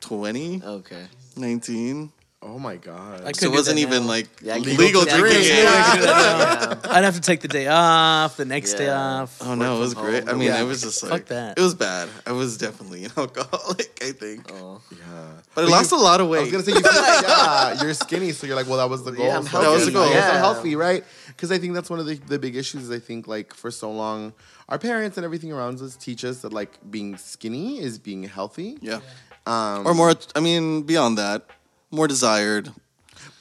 Speaker 1: 20,
Speaker 4: Okay.
Speaker 1: 19.
Speaker 3: Oh my god.
Speaker 2: I
Speaker 1: So it
Speaker 2: couldn't do
Speaker 1: wasn't
Speaker 2: that
Speaker 1: even
Speaker 2: now.
Speaker 1: like
Speaker 4: Yeah, I can
Speaker 1: legal
Speaker 4: go to that
Speaker 1: drinking. age.
Speaker 4: game.
Speaker 2: I couldn't do that now. I'd have to take the day off, the next day
Speaker 4: Yeah.
Speaker 2: off.
Speaker 1: Oh no, it was
Speaker 4: from
Speaker 1: great. I
Speaker 4: home.
Speaker 1: mean,
Speaker 2: Yeah.
Speaker 1: I was just
Speaker 2: Fuck
Speaker 1: like,
Speaker 2: that.
Speaker 1: it was bad. I was definitely an alcoholic, I think.
Speaker 4: Oh.
Speaker 3: yeah.
Speaker 1: But I lost a lot of weight.
Speaker 3: I was gonna say you feel like, yeah, you're skinny, so you're like, well, that was the goal.
Speaker 4: Yeah, I'm
Speaker 3: so
Speaker 1: That was
Speaker 3: it's
Speaker 1: the goal.
Speaker 3: like,
Speaker 4: Yeah.
Speaker 3: I'm healthy, right? Because I think that's one of the, the big issues. Is I think like for so long, our parents and everything around us teach us that like being skinny is being healthy.
Speaker 1: yeah.
Speaker 3: Um,
Speaker 1: Or more, I mean, beyond that, more desired.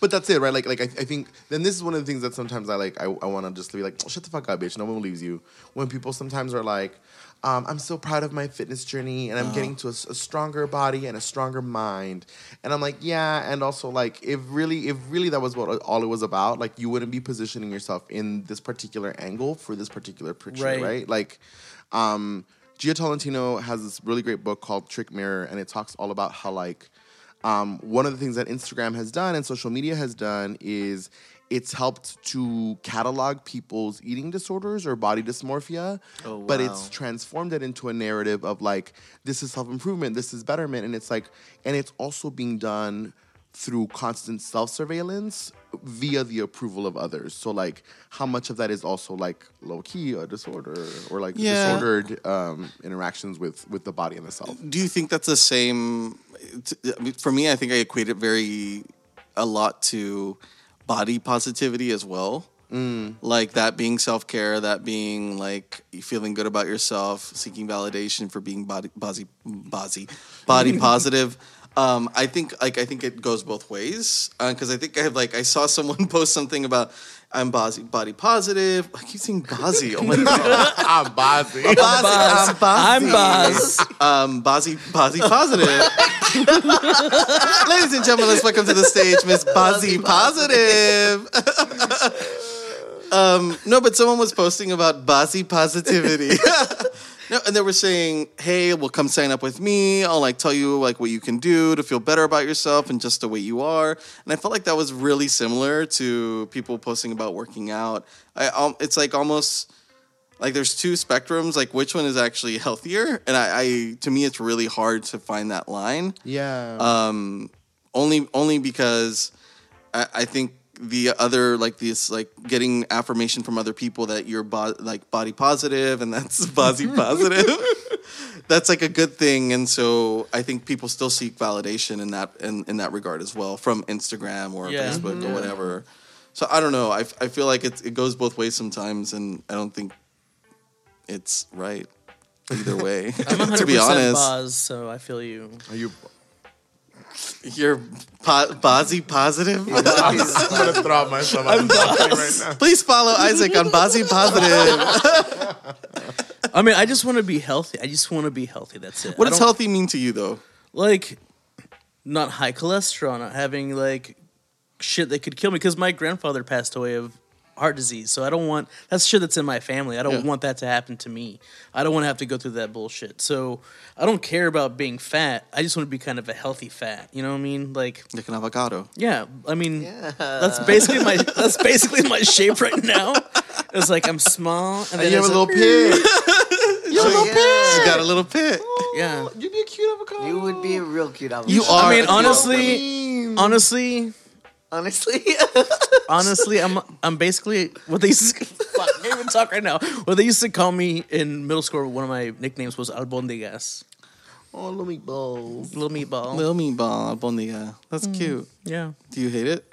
Speaker 3: but that's it, right? Like, like I, I think then this is one of the things that sometimes I like. I, I want to just be like, shut the fuck up, bitch. No one believes you. When people sometimes are like, um, I'm so proud of my fitness journey, and I'm getting to a, s- a stronger body and a stronger mind. And I'm like, yeah. And also, like, if really, if really that was what all it was about, like, you wouldn't be positioning yourself in this particular angle for this particular picture,
Speaker 2: Right.
Speaker 3: right? Like, um, Gia Tolentino has this really great book called Trick Mirror, and it talks all about how like um, one of the things that Instagram has done and social media has done is it's helped to catalog people's eating disorders or body dysmorphia,
Speaker 4: Oh,
Speaker 3: but
Speaker 4: wow.
Speaker 3: it's transformed it into a narrative of like this is self improvement, this is betterment, and it's like and it's also being done through constant self surveillance via the approval of others. So like how much of that is also like low key a disorder or like
Speaker 1: Yeah.
Speaker 3: disordered um, interactions with with the body and the self.
Speaker 1: Do you think that's the same? it's- I mean, For me, I think I equate it very a lot to body positivity as well.
Speaker 2: Mm.
Speaker 1: Like that being self care, that being like feeling good about yourself, seeking validation for being body body body, body positive. Um, I think like I think it goes both ways because I think I have like I saw someone post something about I'm body body positive. I keep saying body. Oh my god.
Speaker 3: I'm bossy.
Speaker 1: Bozzy,
Speaker 2: Buzz. I'm Buzz.
Speaker 1: um, Bozzy, Bozzy Positive. Ladies and gentlemen, let's welcome to the stage Miss Bozzy Positive. um, no, but someone was posting about Bozzy Positivity. no, and they were saying, hey, well, come sign up with me. I'll like tell you like what you can do to feel better about yourself and just the way you are. And I felt like that was really similar to people posting about working out. I, um, it's like almost like there's two spectrums like which one is actually healthier and i, I to me it's really hard to find that line
Speaker 3: Yeah.
Speaker 1: um only only because I, I think the other like this like getting affirmation from other people that you're bo- like body positive and that's body positive that's like a good thing and so i think people still seek validation in that in, in that regard as well from instagram or
Speaker 2: Yeah. Mm-hmm.
Speaker 1: facebook or whatever so i don't know i, f- I feel like it, it goes both ways sometimes and i don't think it's right either way
Speaker 2: I'm
Speaker 1: to be honest
Speaker 2: Buzz, so I feel you.
Speaker 3: Are you?
Speaker 1: you're po- bozzy positive
Speaker 3: I'm just gonna throw out myself. I'm right now.
Speaker 1: Please follow Isaac on Bozzy Positive.
Speaker 2: I mean, I just want to be healthy. I just want to be healthy. That's it.
Speaker 1: What
Speaker 2: I
Speaker 1: does
Speaker 2: don't-
Speaker 1: healthy mean to you, though?
Speaker 2: like not high cholesterol, not having like shit that could kill me because my grandfather passed away of heart disease. So I don't want that's shit that's in my family. I
Speaker 1: Yeah.
Speaker 2: don't want that to happen to me. I don't want to have to go through that bullshit. So I don't care about being fat. I just want to be kind of a healthy fat. You know what I mean? Like
Speaker 1: Like an avocado.
Speaker 2: yeah, I mean
Speaker 4: Yeah.
Speaker 2: that's basically my that's basically my shape right now. It's like I'm small and then
Speaker 3: You have
Speaker 2: it's
Speaker 3: a
Speaker 2: like-
Speaker 3: little pig.
Speaker 1: You
Speaker 4: yeah.
Speaker 1: got a little pit.
Speaker 2: yeah.
Speaker 3: You'd be a cute avocado.
Speaker 4: You would be a real cute. I, would-
Speaker 1: You are.
Speaker 2: I mean
Speaker 1: a little
Speaker 2: honestly
Speaker 1: pit.
Speaker 2: honestly
Speaker 4: honestly.
Speaker 2: honestly, I'm I'm basically what they used to, fuck, I can't even talk right now. What they used to call me in middle school, one of my nicknames was albondigas,
Speaker 3: Oh, let me bowl.
Speaker 2: little meatball.
Speaker 1: little meatball bondiga. That's
Speaker 2: Mm.
Speaker 1: cute.
Speaker 2: yeah,
Speaker 1: Do you hate it?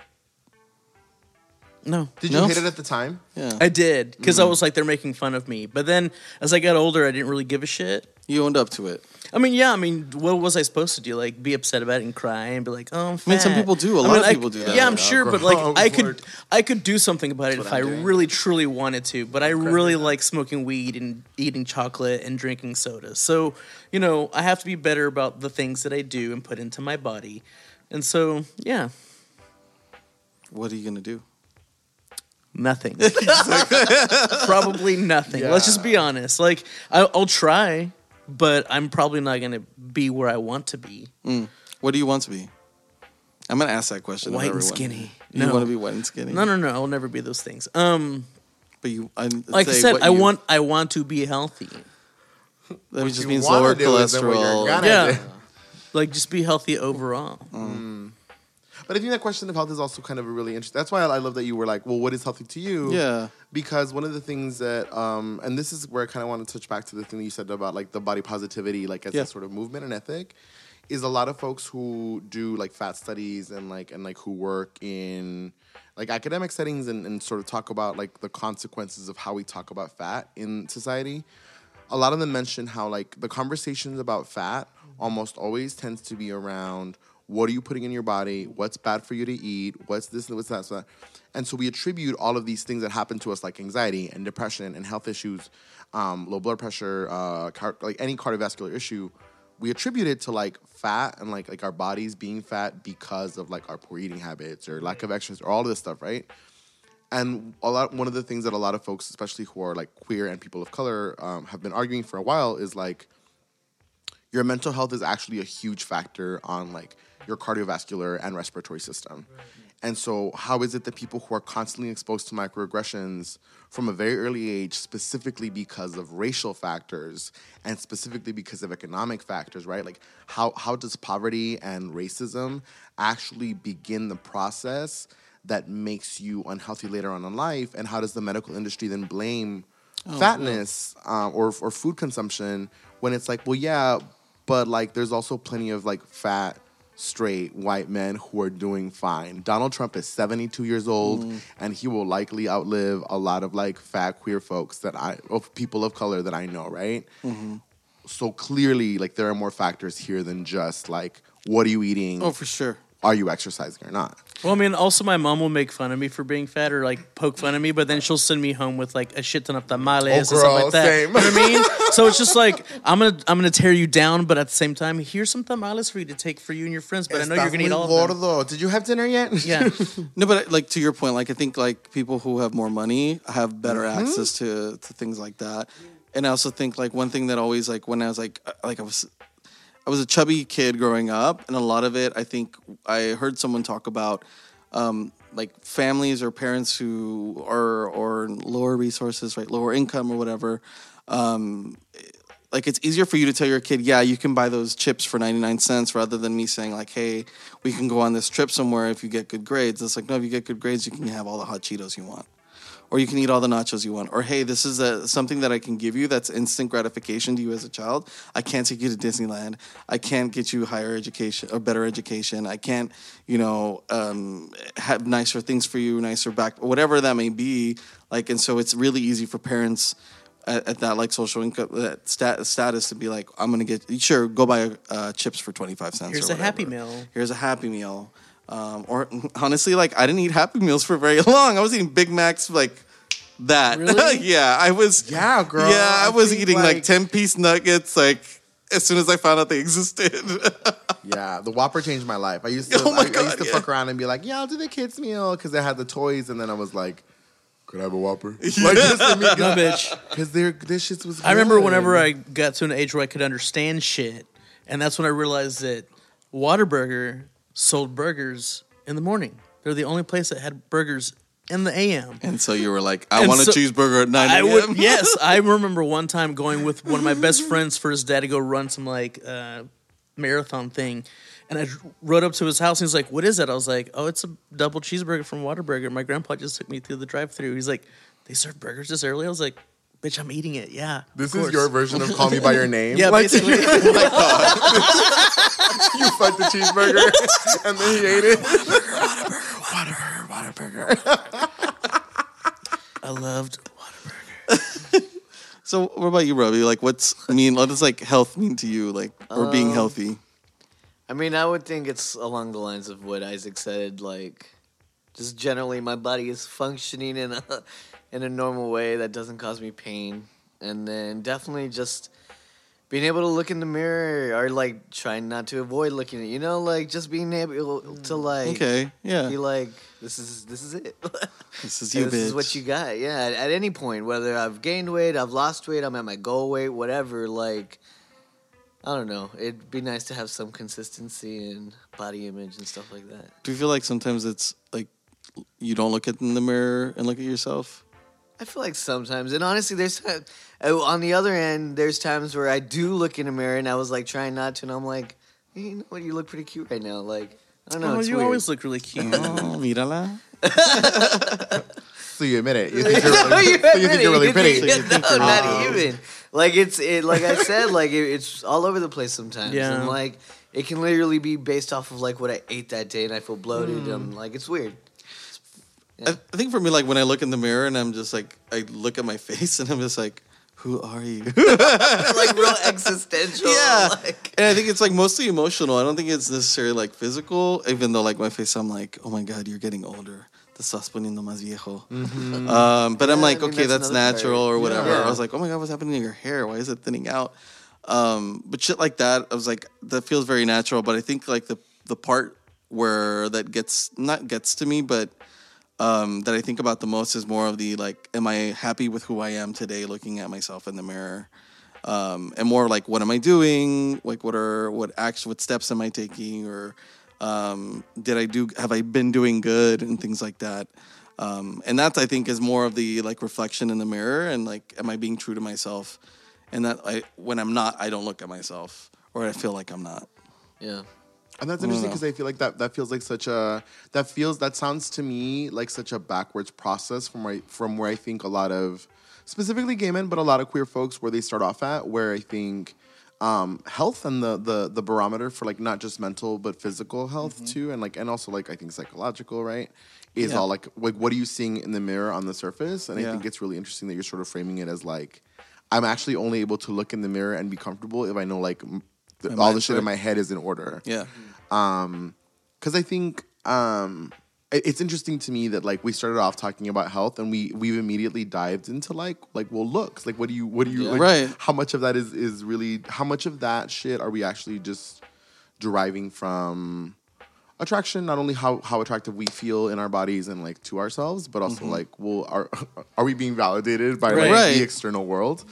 Speaker 2: no,
Speaker 3: Did
Speaker 1: No?
Speaker 3: you hit it at the time?
Speaker 1: Yeah.
Speaker 2: I did because
Speaker 3: Mm.
Speaker 2: I was like they're making fun of me. But then as I got older, I didn't really give a shit.
Speaker 1: you owned up to it.
Speaker 2: I mean, yeah. I mean, what was I supposed to do? Like, be upset about it and cry and be like, "Oh, I'm fat.
Speaker 1: mean, some people do. A lot of
Speaker 2: I-
Speaker 1: people do that.
Speaker 2: Yeah, I'm sure, but like,
Speaker 3: Alcohol
Speaker 2: I could,
Speaker 3: court.
Speaker 2: I could do something about it if I
Speaker 1: I'm doing.
Speaker 2: really, truly wanted to. But I really like smoking weed and eating chocolate and drinking soda. So, you know, I have to be better about the things that I do and put into my body. And so, yeah,
Speaker 1: what are you gonna do?
Speaker 2: Nothing. probably nothing. Let's just be honest. Like I, I'll try, but I'm probably not gonna be where I want to be.
Speaker 1: What do you want to be? I'm gonna ask that question. of
Speaker 2: White and
Speaker 1: everyone.
Speaker 2: skinny.
Speaker 1: You
Speaker 2: No.
Speaker 1: want to be white and skinny?
Speaker 2: No, no, no. I'll never be those things. Um,
Speaker 1: But you, uh, I,
Speaker 2: like I said, I want I want to be healthy.
Speaker 1: That just
Speaker 3: you
Speaker 1: means
Speaker 3: wanna
Speaker 1: lower
Speaker 3: do is then what you're
Speaker 1: cholesterol.
Speaker 3: gonna-
Speaker 2: Yeah.
Speaker 3: do.
Speaker 2: Like just be healthy overall.
Speaker 3: But I think that question of health is also kind of a really interesting. That's why I love that you were like, well, what is healthy to you?
Speaker 1: Yeah.
Speaker 3: Because one of the things that, um, and this is where I kind of want to touch back to the thing that you said about like the body positivity, like as
Speaker 1: Yeah.
Speaker 3: a sort of movement and ethic, is a lot of folks who do like fat studies and like and like who work in like academic settings and, and sort of talk about like the consequences of how we talk about fat in society a lot of them mention how like the conversations about fat almost always tends to be around what are you putting in your body what's bad for you to eat what's this and what's that, so that and so we attribute all of these things that happen to us like anxiety and depression and health issues um, low blood pressure uh, car- like any cardiovascular issue we attribute it to like fat and like like our bodies being fat because of like our poor eating habits or lack of exercise or all of this stuff right and a lot one of the things that a lot of folks especially who are like queer and people of color um, have been arguing for a while is like your mental health is actually a huge factor on like your cardiovascular and respiratory system and so how is it that people who are constantly exposed to microaggressions from a very early age specifically because of racial factors and specifically because of economic factors right like how how does poverty and racism actually begin the process that makes you unhealthy later on in life and how does the medical industry then blame fatness um, or or food consumption when it's like, well, yeah, but like there's also plenty of like fat, straight white men who are doing fine. Donald Trump is 72 years old, and he will likely outlive a lot of like fat queer folks that I of people of color that I know, right? So clearly, like there are more factors here than just like what are you eating?
Speaker 1: Oh, for sure.
Speaker 3: Are you exercising or not?
Speaker 2: Well, I mean, also my mom will make fun of me for being fat or like poke fun of me, but then she'll send me home with like a shit ton of tamales and stuff
Speaker 3: girl,
Speaker 2: like that.
Speaker 3: same.
Speaker 2: You know what I mean? so it's just like I'm gonna I'm gonna tear you down, but at the same time, here's some tamales for you to take for you and your friends. But I know you're gonna eat all of them.
Speaker 3: Did you have dinner yet?
Speaker 2: Yeah,
Speaker 1: No, but like to your point, like I think like people who have more money have better access to to things like that. And I also think like one thing that always like when I was like uh, like I was I was a chubby kid growing up, and a lot of it I think I heard someone talk about um, like families or parents who are or lower resources, right, lower income or whatever. Um, like it's easier for you to tell your kid, yeah, you can buy those chips for 99 cents rather than me saying like, hey, we can go on this trip somewhere if you get good grades. It's like, no, if you get good grades, you can have all the hot Cheetos you want. Or you can eat all the nachos you want. Or hey, this is a, something that I can give you that's instant gratification to you as a child. I can't take you to Disneyland. I can't get you higher education or better education. I can't, you know, um, have nicer things for you, nicer back, whatever that may be. Like, and so it's really easy for parents at, at that like social income that stat, status to be like, I'm gonna get sure go buy uh, chips for twenty five cents.
Speaker 2: Here's
Speaker 1: or
Speaker 2: a Happy
Speaker 1: whatever.
Speaker 2: Meal.
Speaker 1: Here's a happy meal. Um, or honestly, like I didn't eat happy meals for very long. I was eating Big Macs like that.
Speaker 2: Really?
Speaker 1: yeah, I was.
Speaker 3: Yeah, girl,
Speaker 1: Yeah, I,
Speaker 3: I
Speaker 1: was
Speaker 3: think,
Speaker 1: eating like,
Speaker 3: like-
Speaker 1: ten piece nuggets like as soon as I found out they existed.
Speaker 3: Yeah, the Whopper changed my life. I used to,
Speaker 1: Oh my
Speaker 3: I- I,
Speaker 1: God,
Speaker 3: used to
Speaker 1: yeah.
Speaker 3: fuck around and be like, "Yeah, I'll do the kids' meal" because I had the toys, and then I was like, "Could I have a Whopper?" Like
Speaker 2: no bitch.
Speaker 3: because their this shit was. Good.
Speaker 2: I remember whenever I got to an age where I could understand shit, and that's when I realized that Whataburger sold burgers in the morning. They're the only place that had burgers in the AM.
Speaker 1: and so you were like, I
Speaker 2: And
Speaker 1: want
Speaker 2: so-
Speaker 1: a cheeseburger at nine
Speaker 2: I
Speaker 1: a.m.
Speaker 2: would yes. I remember one time going with one of my best friends for his dad to go run some like uh, marathon thing, and I rode up to his house and he's like, "What is that?" I was like, "Oh, it's a double cheeseburger from Whataburger." My grandpa just took me through the drive-through. He's like, "They serve burgers this early?" I was like, "Bitch, I'm eating it." Yeah, of
Speaker 3: This
Speaker 2: course."
Speaker 3: is your version of "Call Me by Your Name."
Speaker 2: yeah,
Speaker 3: like
Speaker 2: basically.
Speaker 3: you fucked the cheeseburger, and then he ate it.
Speaker 2: I loved
Speaker 1: So what about you, Robbie? Like, what's I mean? What does like health mean to you? Like, or being healthy?
Speaker 4: I mean, I would think it's along the lines of what Isaac said. Like, just generally, my body is functioning in a in a normal way that doesn't cause me pain, and then definitely just being able to look in the mirror or like trying not to avoid looking at you know like just being able to like
Speaker 1: Okay,
Speaker 4: be
Speaker 1: yeah.
Speaker 4: like this is this is it
Speaker 1: This is
Speaker 4: And
Speaker 1: you,
Speaker 4: this is
Speaker 1: bitch.
Speaker 4: what you got yeah at, at any point whether i've gained weight i've lost weight i'm at my goal weight whatever like i don't know it'd be nice to have some consistency in body image and stuff like that
Speaker 1: Do you feel like sometimes it's like you don't look at in the mirror and look at yourself?
Speaker 4: I feel like sometimes, and honestly, there's uh, on the other end, there's times where I do look in a mirror and I was like trying not to, and I'm like, "Hey, you know what, you look pretty cute right now. Like, I don't know,
Speaker 2: oh,
Speaker 4: it's
Speaker 2: you
Speaker 4: weird.
Speaker 2: always look really cute.
Speaker 1: Oh, mírala.
Speaker 3: So you admit it. You think you're
Speaker 4: No,
Speaker 3: really,
Speaker 4: you
Speaker 3: so you think
Speaker 4: admit
Speaker 3: you're really
Speaker 4: it. You
Speaker 3: pretty.
Speaker 4: think- No, not even. Like it's it, like I said, like it, it's all over the place sometimes,
Speaker 2: Yeah.
Speaker 4: and like it can literally be based off of like what I ate that day, and I feel bloated,
Speaker 3: Hmm.
Speaker 4: and like it's weird.
Speaker 1: I I think for me, like when I look in the mirror and I'm just like, I look at my face and I'm just like, who are you?
Speaker 4: like real existential.
Speaker 1: yeah.
Speaker 4: Like,
Speaker 1: and I think it's like mostly emotional. I don't think it's necessarily like physical, even though like my face, I'm like, oh my God, you're getting older. Te estás poniendo más viejo. Um, but I'm
Speaker 4: Yeah, I
Speaker 1: like,
Speaker 4: mean,
Speaker 1: okay,
Speaker 4: that's
Speaker 1: that's,
Speaker 4: another
Speaker 1: natural
Speaker 4: part.
Speaker 1: or whatever.
Speaker 4: Yeah.
Speaker 1: I was like, oh my God, what's happening to your hair? Why is it thinning out? Um, but shit like that, I was like, that feels very natural. But I think like the, the part where that gets, not gets to me, but um, that I think about the most is more of the like, am I happy with who I am today? Looking at myself in the mirror, um, and more like, what am I doing? Like, what are what acts, what steps am I taking, or um, did I do? Have I been doing good and things like that? Um, and that I think is more of the like reflection in the mirror and like, am I being true to myself? And that I when I'm not, I don't look at myself, or I feel like I'm not.
Speaker 4: yeah.
Speaker 3: And that's interesting
Speaker 1: know.
Speaker 3: because I feel like that that feels like such a that feels that sounds to me like such a backwards process from where I, from where I think a lot of specifically gay men, but a lot of queer folks where they start off at where I think um, health and the the the barometer for like not just mental but physical health too, and like and also like I think psychological right is
Speaker 1: Mm-hmm. Yeah.
Speaker 3: all like like what are you seeing in the mirror on the surface, and I
Speaker 1: Yeah.
Speaker 3: think it's really interesting that you're sort of framing it as like I'm actually only able to look in the mirror and be comfortable if I know like. m- th- all the
Speaker 1: mind's
Speaker 3: shit in
Speaker 1: right.
Speaker 3: my head is in order
Speaker 1: Yeah,
Speaker 3: because I think um, it- it's interesting to me that like we started off talking about health and we we've immediately dived into like like well looks like what do you what do you like,
Speaker 1: Right.
Speaker 3: how much of that is is really how much of that shit are we actually just deriving from attraction not only how how attractive we feel in our bodies and like to ourselves but also like well are are we being validated by like
Speaker 1: Mm-hmm. Right.
Speaker 3: the external world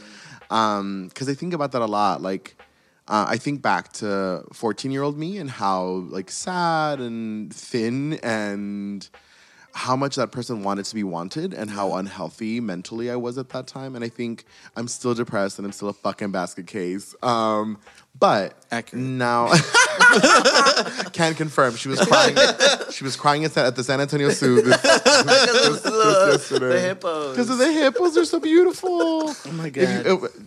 Speaker 3: um because i think about that a lot like uh, i think back to 14 year old me and how like sad and thin and how much that person wanted to be wanted and how unhealthy mentally I was at that time. And I think I'm still depressed and I'm still a fucking basket case. Um, but
Speaker 1: Accurate.
Speaker 3: now can confirm she was crying. she was crying at, San- at the San Antonio Zoo this,
Speaker 4: Because of the,
Speaker 3: yesterday.
Speaker 4: uh, the hippos.
Speaker 3: because the hippos are so beautiful. Oh
Speaker 2: my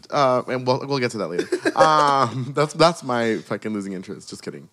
Speaker 3: uh, and we'll we'll get to that later. um, that's that's my fucking losing interest. Just kidding.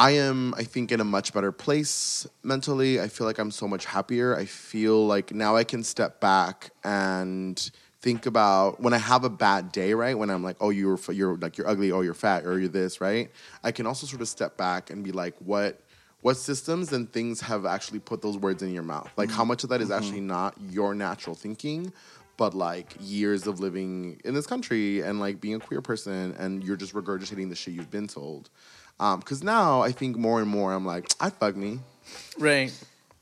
Speaker 3: I am, I think, in a much better place mentally. I feel like I'm so much happier. I feel like now I can step back and think about when I have a bad day, right? When I'm like, oh, you're f- you're like you're ugly, oh, you're fat, or you're this, right? I can also sort of step back and be like, what what systems and things have actually put those words in your mouth? Like, how much of that is actually not your natural thinking, but like years of living in this country and like being a queer person, and you're just regurgitating the shit you've been told. Because now I think more and more I'm like, I'd fuck me.
Speaker 2: Right.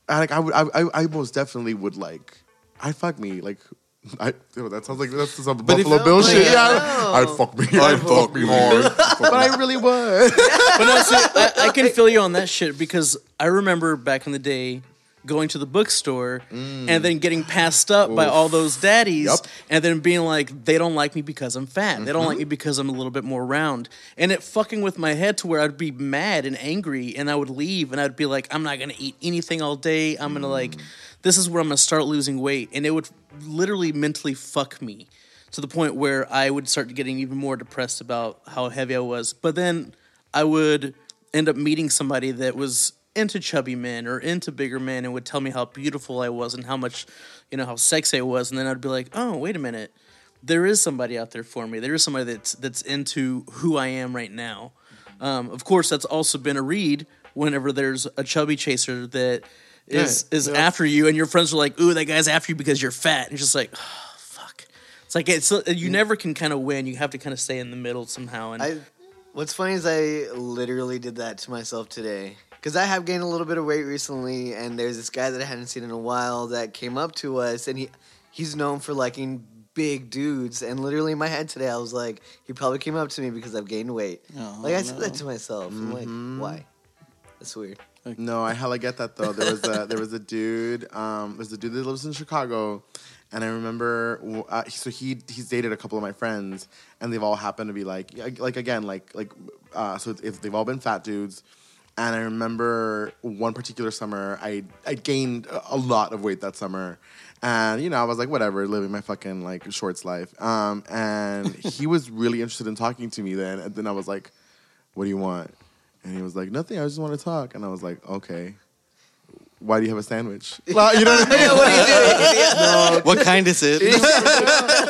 Speaker 3: I, like I would, I, I, I most definitely would like, I'd fuck me. Like, I, ew, that sounds like that's some
Speaker 1: But if-
Speaker 3: Buffalo Bill
Speaker 4: No,
Speaker 3: shit.
Speaker 4: yeah.
Speaker 3: Yeah, I'd fuck me. I'd fuck me hard. but I really would.
Speaker 2: But no, see, I, I can feel you on that shit because I remember back in the day going to the bookstore and then getting passed up by all those daddies
Speaker 3: Yup.
Speaker 2: and then being like, they don't like me because I'm fat. They don't like me because I'm a little bit more round. And it fucking with my head to where I'd be mad and angry and I would leave and I'd be like, I'm not going to eat anything all day. I'm going to like, this is where I'm going to start losing weight. And it would literally mentally fuck me to the point where I would start getting even more depressed about how heavy I was. But then I would end up meeting somebody that was into chubby men or into bigger men and would tell me how beautiful I was and how much, you know, how sexy I was. And then I'd be like, oh, wait a minute. There is somebody out there for me. There is somebody that's that's into who I am right now. Um, of course, that's also been a read whenever there's a chubby chaser that is
Speaker 1: Right.
Speaker 2: is after you, and your friends are like, "Ooh, that guy's after you because you're fat," and you're just like, oh, "Fuck." It's like it's you never can kind of win. You have to kind of stay in the middle somehow. And
Speaker 4: I, what's funny is I literally did that to myself today because I have gained a little bit of weight recently, and there's this guy that I hadn't seen in a while that came up to us, and he he's known for liking big dudes, and literally in my head today I was like, he probably came up to me because I've gained weight.
Speaker 1: Oh,
Speaker 4: like I said
Speaker 1: no.
Speaker 4: that to myself.
Speaker 3: Mm-hmm.
Speaker 4: I'm like, why? That's weird.
Speaker 3: No, I hella get that though. There was a there was a dude. Um, there's a dude that lives in Chicago, and I remember. w- Uh, so he he's dated a couple of my friends, and they've all happened to be like yeah, like again like like uh, so if they've all been fat dudes. And I remember one particular summer, I I gained a a lot of weight that summer, and you know I was like whatever, living my fucking like shorts life. Um, and he was really interested in talking to me then, and then I was like, what do you want? And he was like, nothing. I just want to talk. And I was like, okay. Why do you have a sandwich? Well, you know what I mean? Mm-hmm.
Speaker 1: What kind is it?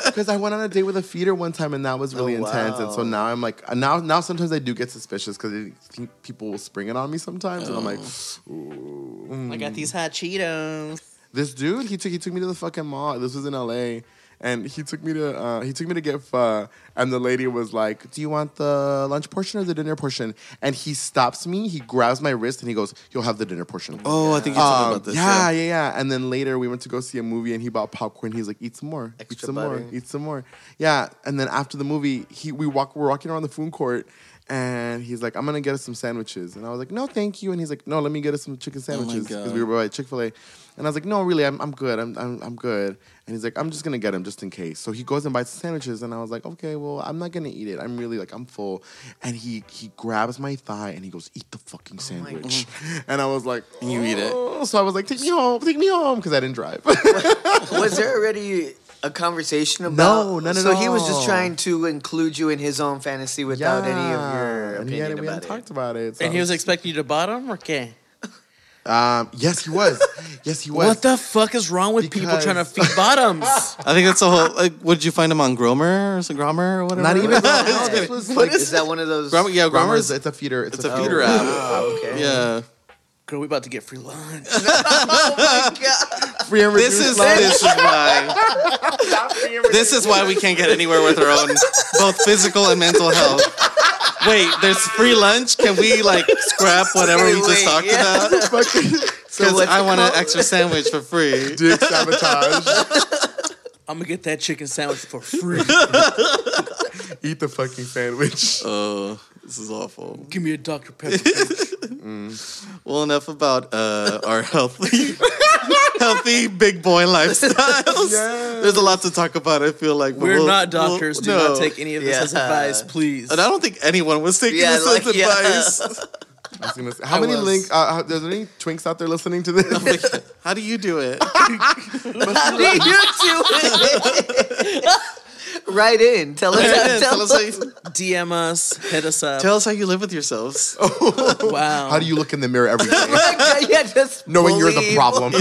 Speaker 3: Because I went on a date with a feeder one time, and that was really
Speaker 4: Oh,
Speaker 3: intense. And so
Speaker 4: wow.
Speaker 3: now I'm like, now now sometimes I do get suspicious because I think people will spring it on me sometimes, and I'm like,
Speaker 4: Oh.
Speaker 3: ooh. Mm.
Speaker 2: I got these hot Cheetos.
Speaker 3: this dude, he took he took me to the fucking mall. This was in L.A. And he took me to uh, he took me to get pho, and the lady was like, "Do you want the lunch portion or the dinner portion?" And he stops me, he grabs my wrist, and he goes, "You'll have the dinner portion."
Speaker 1: Oh, I think you talked
Speaker 3: Um,
Speaker 1: about this.
Speaker 3: Yeah, yeah, yeah, And then later we went to go see a movie and he bought popcorn. He's like, eat some more, eat
Speaker 4: Extra
Speaker 3: some
Speaker 4: butter.
Speaker 3: more, eat some more. Yeah. And then after the movie, he we walk we're walking around the food court and he's like, I'm gonna get us some sandwiches. And I was like, No, thank you. And he's like, No, let me get us some chicken sandwiches because we
Speaker 1: God.
Speaker 3: were by Chick Fil A. And I was like, No, really, I'm I'm good. I'm, I'm I'm good. And he's like, I'm just gonna get him just in case. So he goes and buys sandwiches, and I was like, Okay, well, I'm not gonna eat it. I'm really like I'm full. And he he grabs my thigh and he goes, Eat the fucking sandwich. And I was like,
Speaker 1: you eat it.
Speaker 3: "Oh." So I was like, take me home, take me home, because I didn't drive.
Speaker 4: Was there already a conversation about?
Speaker 3: No, none at
Speaker 4: So he was just
Speaker 3: all.
Speaker 4: trying to include you in his own fantasy without any of your
Speaker 3: and
Speaker 4: opinion
Speaker 3: yet we
Speaker 4: about
Speaker 3: hadn't
Speaker 4: it.
Speaker 3: talked about it. so
Speaker 2: And he
Speaker 3: I
Speaker 2: was expecting you to bottom. Okay.
Speaker 3: um, yes, he was. yes, he was.
Speaker 2: What the fuck is wrong with people
Speaker 3: Because-
Speaker 2: trying to feed bottoms?
Speaker 1: I think that's the whole. Like, would you find him on Gromer or some Gromer or whatever?
Speaker 3: Not even.
Speaker 4: What
Speaker 3: this was like,
Speaker 4: is that one of those?
Speaker 1: Gromer, yeah,
Speaker 3: Grommer's,
Speaker 1: Gromer's.
Speaker 3: it's a feeder. It's,
Speaker 1: a feeder app.
Speaker 4: Oh, okay.
Speaker 1: Yeah.
Speaker 2: Girl, we about to get free lunch.
Speaker 3: Free and
Speaker 1: This
Speaker 3: reduced
Speaker 1: is
Speaker 3: lunch.
Speaker 1: this is why this is why we can't get anywhere with our own both physical and mental health. Wait, there's free lunch. Can we like scrap whatever we just
Speaker 4: Wait,
Speaker 1: talked
Speaker 4: yeah.
Speaker 1: about?
Speaker 3: fucking
Speaker 1: Because
Speaker 4: what's
Speaker 1: I
Speaker 4: it
Speaker 1: want an
Speaker 4: called?
Speaker 1: extra sandwich for free.
Speaker 3: dick sabotage.
Speaker 2: I'm gonna get that chicken sandwich for free.
Speaker 3: Eat the fucking sandwich.
Speaker 1: Oh, this is awful.
Speaker 2: Give me a Dr Pepper. please.
Speaker 1: Well, enough about uh, our healthy, healthy big boy lifestyles. There's a lot to talk about. I feel like but
Speaker 2: We're
Speaker 1: we'll-
Speaker 2: not
Speaker 1: we'll-
Speaker 2: doctors. Do
Speaker 1: no.
Speaker 2: not take any of this as
Speaker 4: Yeah.
Speaker 2: advice, please.
Speaker 1: And I don't think anyone was taking
Speaker 4: Yeah,
Speaker 1: this
Speaker 4: like,
Speaker 1: as
Speaker 4: yeah.
Speaker 1: advice.
Speaker 3: I was gonna say, how many
Speaker 1: was.
Speaker 3: link? Uh, how, there's any twinks out there listening to this?
Speaker 1: How do you do it?
Speaker 4: How do you do it? Write in. Tell us.
Speaker 1: Yeah,
Speaker 4: tell,
Speaker 1: tell, us how you,
Speaker 2: DM us. Hit us up.
Speaker 1: tell us how you live with yourselves.
Speaker 2: wow.
Speaker 3: how do you look in the mirror every day,
Speaker 4: yeah, just
Speaker 3: knowing you're the
Speaker 4: believe.
Speaker 3: problem?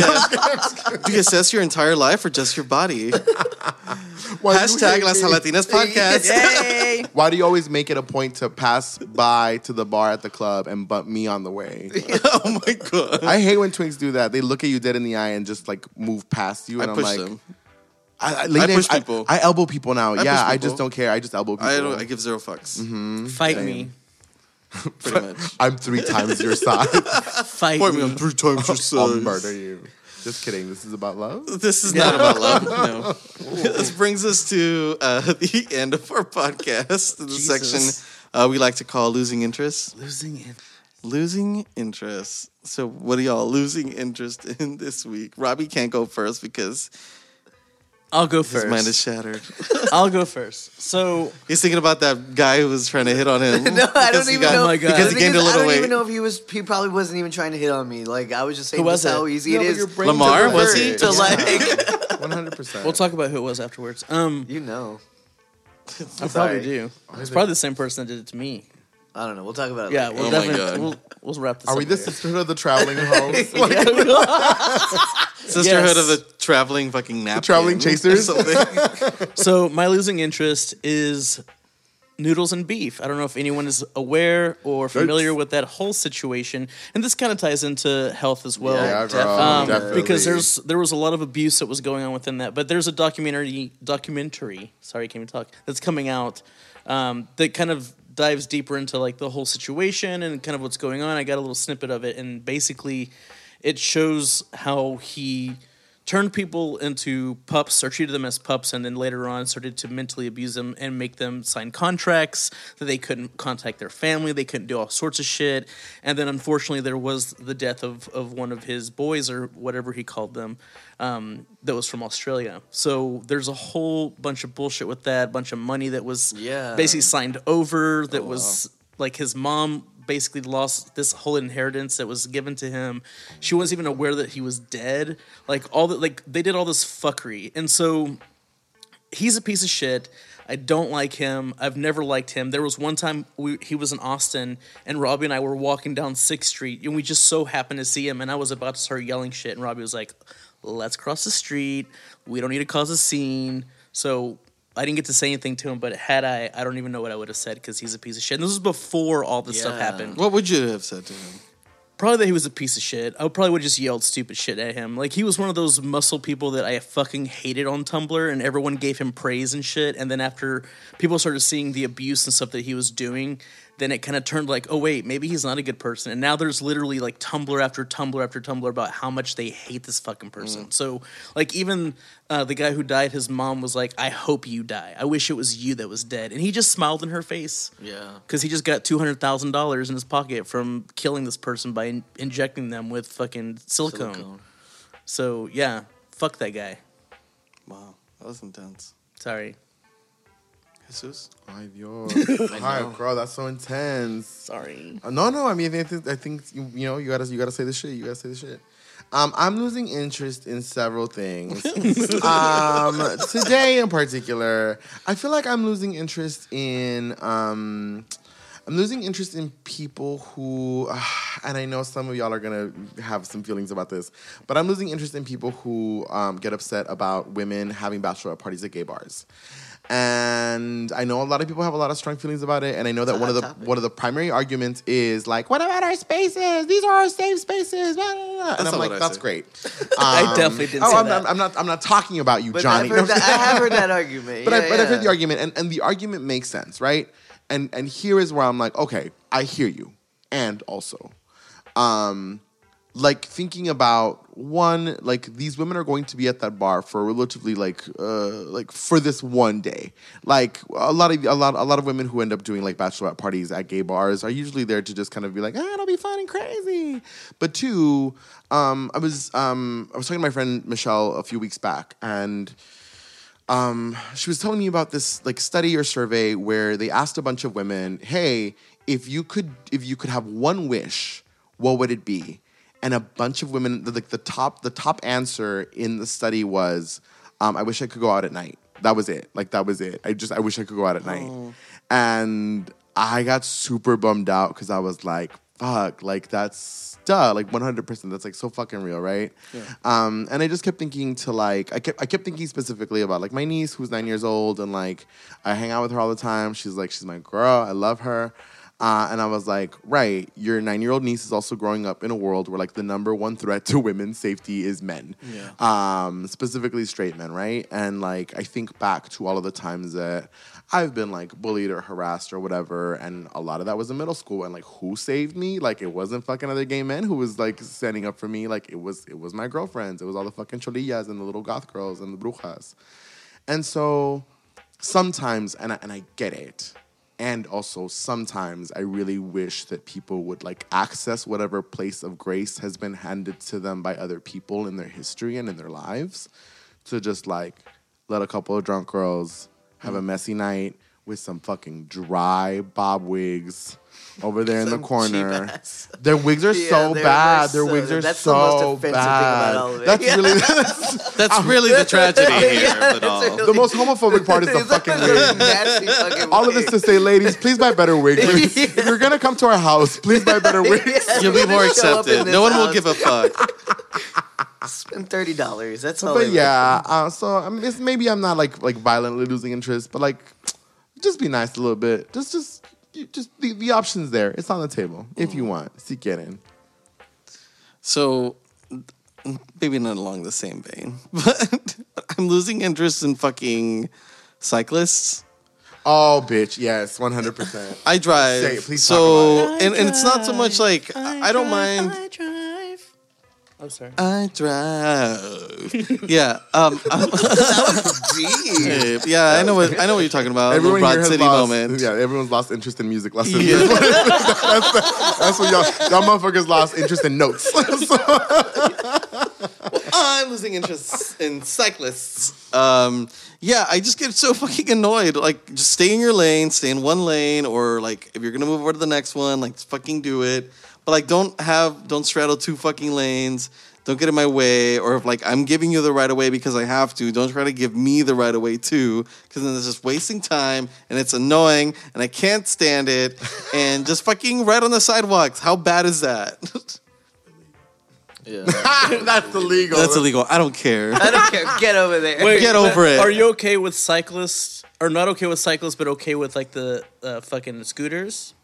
Speaker 1: Do you assess your entire life or just your body?
Speaker 3: Why do you
Speaker 1: Hashtag
Speaker 3: hate
Speaker 1: Las
Speaker 3: me?
Speaker 1: Latinas Podcast.
Speaker 2: Yay!
Speaker 3: Why do you always make it a point to pass by to the bar at the club and bump me on the way?
Speaker 1: oh my god.
Speaker 3: I hate when twinks do that. They look at you dead in the eye and just like move past you.
Speaker 1: I
Speaker 3: And
Speaker 1: push
Speaker 3: am like,
Speaker 1: them.
Speaker 3: I, I, late
Speaker 1: I push
Speaker 3: night- I-
Speaker 1: people.
Speaker 3: I, elbow people now.
Speaker 1: push
Speaker 3: yeah, I
Speaker 1: people.
Speaker 3: just don't care. I just elbow people.
Speaker 1: I don't. I give zero fucks.
Speaker 3: Mm-hmm.
Speaker 2: Fight me.
Speaker 1: Pretty much.
Speaker 3: I'm three times your size.
Speaker 2: Fight
Speaker 1: Point me
Speaker 2: me.
Speaker 1: on three times your
Speaker 3: I'll
Speaker 1: size.
Speaker 3: murder you. Just kidding. This is about love.
Speaker 1: This is not about love. No. this brings us to uh, the end of our podcast. The
Speaker 2: Jesus.
Speaker 1: section uh, we like to call losing interest.
Speaker 2: Losing it.
Speaker 1: Losing interest. So, what are y'all losing interest in this week? Robbie can't go first because
Speaker 2: I'll go
Speaker 1: his mind is
Speaker 2: first.
Speaker 1: shattered.
Speaker 2: I'll go first. So
Speaker 1: He's thinking about that guy who was trying to hit on him.
Speaker 4: No, I
Speaker 1: Because
Speaker 4: don't
Speaker 1: he
Speaker 4: even
Speaker 1: got-
Speaker 4: know.
Speaker 2: Oh my God.
Speaker 4: The
Speaker 1: Because he
Speaker 4: thing
Speaker 1: gained
Speaker 4: is,
Speaker 1: a
Speaker 4: I
Speaker 1: little
Speaker 4: don't
Speaker 1: weight.
Speaker 4: even know if he was. He probably wasn't even trying to hit on me. Like I was just saying,
Speaker 2: Who was
Speaker 4: this
Speaker 2: it?
Speaker 4: how easy it is.
Speaker 1: Lamar, was he?
Speaker 4: To like,
Speaker 3: One hundred percent.
Speaker 2: we'll talk about who it was afterwards. Um,
Speaker 4: you know,
Speaker 2: I
Speaker 4: sorry.
Speaker 2: probably do. It's probably the same person that did it to me.
Speaker 4: I don't know. We'll talk about it.
Speaker 2: Yeah,
Speaker 4: later.
Speaker 2: we'll
Speaker 1: Oh my God.
Speaker 2: definitely we'll, we'll wrap this.
Speaker 3: Are
Speaker 2: up
Speaker 3: we the
Speaker 2: later.
Speaker 3: sisterhood of the traveling hoes?
Speaker 1: Sisterhood
Speaker 2: Yes.
Speaker 1: of the traveling fucking napkin.
Speaker 3: traveling chasers?
Speaker 1: or something.
Speaker 2: so my losing interest is noodles and beef. I don't know if anyone is aware or familiar with that whole situation, and this kind of ties into health as well.
Speaker 3: Yeah, bro,
Speaker 2: Um,
Speaker 3: definitely.
Speaker 2: because there's there was a lot of abuse that was going on within that. But there's a documentary documentary sorry, I can't even talk that's coming out um, that kind of dives deeper into like the whole situation and kind of what's going on. I got a little snippet of it, and basically, it shows how he turned people into pups or treated them as pups and then later on started to mentally abuse them and make them sign contracts that they couldn't contact their family they couldn't do all sorts of shit and then unfortunately there was the death of, of one of his boys or whatever he called them um, that was from australia so there's a whole bunch of bullshit with that bunch of money that was
Speaker 4: Yeah.
Speaker 2: basically signed over that was like his mom basically lost this whole inheritance that was given to him. She wasn't even aware that he was dead. Like all the like they did all this fuckery. And so he's a piece of shit. I don't like him. I've never liked him. There was one time we, he was in Austin, and Robbie and I were walking down Sixth Street, and we just so happened to see him. And I was about to start yelling shit, and Robbie was like, "Let's cross the street. We don't need to cause a scene." So I didn't get to say anything to him, but had I, I don't even know what I would have said because he's a piece of shit. And this was before all this stuff
Speaker 4: Yeah.
Speaker 2: happened.
Speaker 1: What would you have said to him?
Speaker 2: Probably that he was a piece of shit. I probably would have just yelled stupid shit at him. Like he was one of those muscle people that I fucking hated on Tumblr, and everyone gave him praise and shit. And then after people started seeing the abuse and stuff that he was doing, then it kind of turned like, oh wait, maybe he's not a good person. And now there's literally like Tumblr after Tumblr after Tumblr about how much they hate this fucking person. So like even uh, the guy who died, his mom was like, I hope you die. I wish it was you that was dead. And he just smiled in her face
Speaker 4: Yeah.
Speaker 2: because he just got two hundred thousand dollars in his pocket from killing this person by in- injecting them with fucking silicone.
Speaker 4: Silicone.
Speaker 2: So yeah, fuck that guy.
Speaker 1: Wow, that was intense.
Speaker 2: Sorry,
Speaker 1: Jesus,
Speaker 3: Ay, Dios. Hi, bro. That's so intense.
Speaker 2: sorry.
Speaker 3: Uh, No, no. I mean, I think, I think you, you know, you gotta, you gotta say the shit. You gotta say the shit. Um, I'm losing interest in several things. um, today, in particular, I feel like I'm losing interest in. Um, I'm losing interest in people who, and I know some of y'all are gonna have some feelings about this, but I'm losing interest in people who um, get upset about women having bachelorette parties at gay bars. And I know a lot of people have a lot of strong feelings about it, and I know that
Speaker 4: a
Speaker 3: one of the
Speaker 4: hot topic.
Speaker 3: one of the primary arguments is like, "What about our spaces? These are our safe spaces." Blah, blah, blah. and
Speaker 1: not
Speaker 3: I'm like,
Speaker 1: what I
Speaker 3: "That's
Speaker 1: said.
Speaker 3: great."
Speaker 2: I
Speaker 3: Um,
Speaker 2: definitely didn't
Speaker 3: Oh,
Speaker 2: say
Speaker 3: I'm,
Speaker 2: that.
Speaker 3: I'm, I'm not. I'm not talking about you,
Speaker 4: But
Speaker 3: Johnny.
Speaker 4: I've heard that, I have heard that argument.
Speaker 3: But, I,
Speaker 4: Yeah,
Speaker 3: but I've
Speaker 4: yeah.
Speaker 3: heard the argument, and, and the argument makes sense, right? And and here is where I'm like, okay, I hear you, and also, um, like thinking about one, like these women are going to be at that bar for relatively like uh like for this one day. Like a lot of a lot a lot of women who end up doing like bachelorette parties at gay bars are usually there to just kind of be like, ah, it'll be fun and crazy. But two, um, I was um I was talking to my friend Michelle a few weeks back, and she was telling me about this like study or survey where they asked a bunch of women, "Hey, if you could if you could have one wish, what would it be?" And a bunch of women the- like the top the top answer in the study was, um, "I wish I could go out at night." That was it. Like that was it. I just I wish I could go out at night. And I got super bummed out because I was like, fuck, like that's duh, like 100%. That's like so fucking real, right? Um, and I just kept thinking to like, I kept, I kept thinking specifically about like my niece who's nine years old and like I hang out with her all the time. She's like, she's my girl. I love her. Uh, and I was like, right, your nine year old niece is also growing up in a world where, like, the number one threat to women's safety is men, um, specifically straight men, right? And, like, I think back to all of the times that I've been, like, bullied or harassed or whatever. And a lot of that was in middle school. And, like, who saved me? Like, it wasn't fucking other gay men who was, like, standing up for me. Like, it was, it was my girlfriends. It was all the fucking cholillas and the little goth girls and the brujas. And so sometimes, and I, and I get it, and also sometimes I really wish that people would like access whatever place of grace has been handed to them by other people in their history and in their lives to just like let a couple of drunk girls have
Speaker 4: Mm.
Speaker 3: a messy night with some fucking dry bob wigs over there in the
Speaker 4: Some cheap
Speaker 3: corner.
Speaker 4: ass.
Speaker 3: Their wigs are
Speaker 4: Yeah,
Speaker 3: so
Speaker 4: they're-
Speaker 3: bad.
Speaker 4: they're
Speaker 3: Their wigs
Speaker 4: so-
Speaker 3: are
Speaker 4: that's
Speaker 3: so
Speaker 4: the most offensive thing about
Speaker 3: bad.
Speaker 4: all of it.
Speaker 3: That's
Speaker 4: Yeah.
Speaker 3: really that's
Speaker 1: that's really the tragedy here of it all.
Speaker 3: the most homophobic part is the
Speaker 4: It's like
Speaker 3: fucking
Speaker 4: a
Speaker 3: wig.
Speaker 4: nasty fucking
Speaker 3: All of this
Speaker 4: wig.
Speaker 3: to say, ladies, please buy better wigs. Please. If you're gonna come to our house, please buy better wigs.
Speaker 1: You'll be more
Speaker 4: Show up
Speaker 1: accepted.
Speaker 4: in this
Speaker 1: No one will
Speaker 4: house.
Speaker 1: give a fuck.
Speaker 4: Spend thirty dollars. That's all. I
Speaker 3: But
Speaker 4: would-
Speaker 3: yeah, uh, so I'm, it's, maybe I'm not like like violently losing interest, but like just be nice a little bit. Just, just, you- just the, the options there. It's on the table if
Speaker 1: Mm.
Speaker 3: you want. See, get in.
Speaker 1: So maybe not along the same vein, but I'm losing interest in fucking cyclists.
Speaker 3: Oh, bitch. Yes, one hundred percent.
Speaker 1: I drive.
Speaker 3: Say it, please
Speaker 1: so
Speaker 3: talk
Speaker 1: and, and it's not so much like I, I don't mind
Speaker 2: I drive. I'm sorry.
Speaker 1: I drive. yeah. Um, that was deep. Yeah, I know what I know what you're talking about. Everyone
Speaker 3: Everyone
Speaker 1: Broad
Speaker 3: here has
Speaker 1: City
Speaker 3: lost,
Speaker 1: moment.
Speaker 3: Yeah, everyone's lost interest in music. Lost interest.
Speaker 1: Yeah.
Speaker 3: That's what y'all, y'all motherfuckers lost interest in notes.
Speaker 1: I'm losing interest in cyclists. Um, yeah, I just get so fucking annoyed. Like, just stay in your lane, stay in one lane, or like, if you're gonna move over to the next one, like, fucking do it. But like, don't have, don't straddle two fucking lanes. Don't get in my way. Or if like I'm giving you the right of way because I have to, don't try to give me the right of way too, because then it's just wasting time and it's annoying and I can't stand it. and just fucking right on the sidewalks. How bad is that?
Speaker 4: Yeah.
Speaker 3: That's illegal.
Speaker 1: That's illegal. I don't care.
Speaker 4: I don't care. Get over there.
Speaker 1: Get over it.
Speaker 2: Uh, Are you okay with cyclists? Or not okay with cyclists, but okay with like the uh, fucking scooters?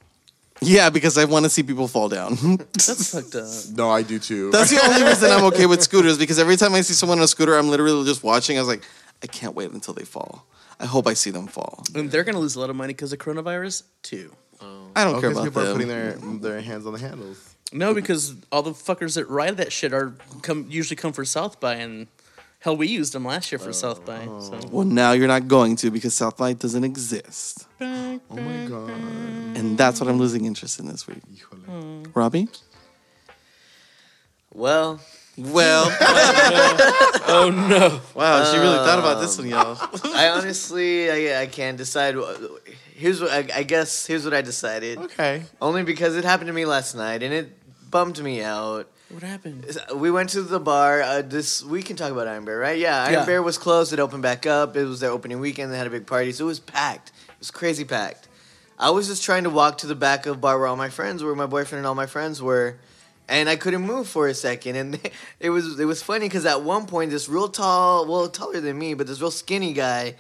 Speaker 1: Yeah, because I want to see people fall down.
Speaker 2: That's fucked up.
Speaker 3: No, I do too.
Speaker 1: That's the only reason I'm okay with scooters because every time I see someone on a scooter, I'm literally just watching. I was like, I can't wait until they fall. I hope I see them fall.
Speaker 2: And they're gonna lose a lot of money because of coronavirus too.
Speaker 1: I don't
Speaker 3: Okay,
Speaker 1: care
Speaker 3: so
Speaker 1: about
Speaker 3: people are
Speaker 1: them.
Speaker 3: putting their, their hands on the handles.
Speaker 2: No, because all the fuckers that ride that shit are come usually come for South by, and hell, we used them last year for South by. So.
Speaker 1: well, now you're not going to because South Light doesn't exist,
Speaker 3: Oh my god.
Speaker 1: and that's what I'm losing interest in this week. Robbie,
Speaker 4: Well,
Speaker 1: well,
Speaker 2: Oh no! Um,
Speaker 1: wow, she really thought about this one, y'all.
Speaker 4: I honestly, I, I can't decide. wh- Here's what I, I guess. Here's what I decided.
Speaker 3: Okay.
Speaker 4: Only because it happened to me last night and it bummed me out.
Speaker 2: What happened?
Speaker 4: We went to the bar. Uh, this we can talk about Iron Bear, right? Yeah, Iron
Speaker 2: Yeah.
Speaker 4: Bear was closed. It opened back up. It was their opening weekend. They had a big party, so it was packed. It was crazy packed. I was just trying to walk to the back of bar where all my friends were, my boyfriend and all my friends were, and I couldn't move for a second. And it was it was funny because at one point this real tall, well taller than me, but this real skinny guy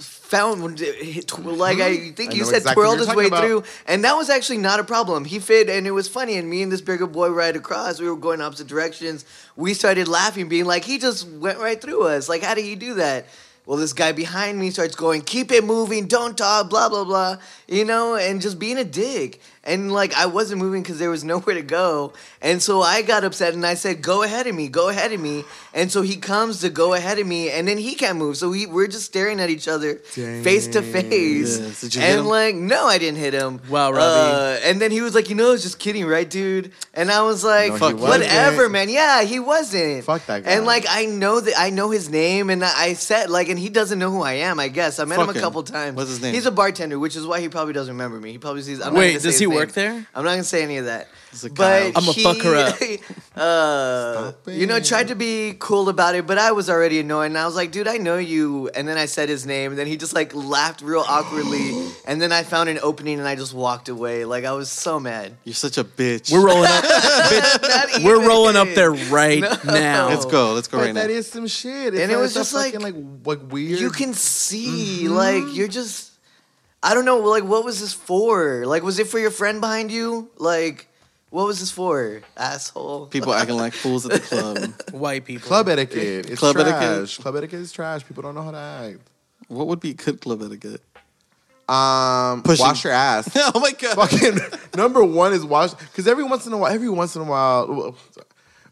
Speaker 4: found like I
Speaker 3: Hmm?
Speaker 4: think
Speaker 3: I
Speaker 4: you
Speaker 3: know
Speaker 4: said
Speaker 3: exactly what
Speaker 4: twirled
Speaker 3: you're
Speaker 4: his way
Speaker 3: talking
Speaker 4: through,
Speaker 3: about.
Speaker 4: and that was actually not a problem. He fit, and it was funny. And me and this bigger boy right across, we were going opposite directions. We started laughing, being like, "He just went right through us. Like, how do you do that?" Well, this guy behind me starts going, "Keep it moving, don't talk, blah blah blah," you know, and just being a dick. And like I wasn't moving because there was nowhere to go, and so I got upset and I said, "Go ahead of me, go ahead of me." And so he comes to go ahead of me, and then he can't move. So we we're just staring at each other, face to face.
Speaker 1: Yes, did you hit
Speaker 4: and
Speaker 1: him?
Speaker 4: like, no, I didn't hit him.
Speaker 2: Wow, Robbie.
Speaker 4: Uh, and then he was like, "You know, I was just kidding, right, dude?" And I was like,
Speaker 3: No, he
Speaker 4: "Fuck,
Speaker 3: wasn't.
Speaker 4: whatever, man. Yeah, he wasn't.
Speaker 3: Fuck that guy.
Speaker 4: And like, I know that I know his name, and I I said like, and he doesn't know who I am. I guess I met
Speaker 1: Fuck
Speaker 4: him a
Speaker 1: him.
Speaker 4: couple times.
Speaker 1: What's his name?
Speaker 4: He's a bartender, which is why he probably doesn't remember me. He probably sees. I'm not
Speaker 2: Wait,
Speaker 4: gonna say
Speaker 2: does
Speaker 4: his
Speaker 2: he
Speaker 4: name.
Speaker 2: work there?
Speaker 4: I'm not gonna say any of that.
Speaker 1: a
Speaker 4: But
Speaker 1: Kyle.
Speaker 2: I'ma
Speaker 4: he-
Speaker 2: fuck her up.
Speaker 4: uh,
Speaker 3: Stop
Speaker 4: you know,
Speaker 3: it.
Speaker 4: tried to be cool about it, but I was already annoyed. And I was like, dude, I know you. And then I said his name, and then he just like laughed real awkwardly. and then I found an opening, and I just walked away. Like I was so mad.
Speaker 1: You're such a bitch.
Speaker 2: We're rolling up. bitch,
Speaker 4: Not
Speaker 2: we're
Speaker 4: even
Speaker 2: rolling up
Speaker 4: kidding.
Speaker 2: there right now.
Speaker 1: Let's go. Let's go
Speaker 3: But
Speaker 1: right now.
Speaker 3: that is some shit. It's
Speaker 4: And it
Speaker 3: not- it's
Speaker 4: was
Speaker 3: not
Speaker 4: just like-
Speaker 3: fucking, like like weird.
Speaker 4: You can see, like, you're just. I don't know, like, what was this for? Like, was it for your friend behind you? Like, what was this for, asshole?
Speaker 1: People acting like fools at the club.
Speaker 2: White people.
Speaker 3: club etiquette. It's
Speaker 1: Club
Speaker 3: trash.
Speaker 1: etiquette.
Speaker 3: Club etiquette is trash. People don't know how to act.
Speaker 1: What would be good club etiquette?
Speaker 3: Um,
Speaker 1: Pushing.
Speaker 3: wash your ass.
Speaker 1: oh my god.
Speaker 3: fucking number one is wash because every once in a while, every once in a while,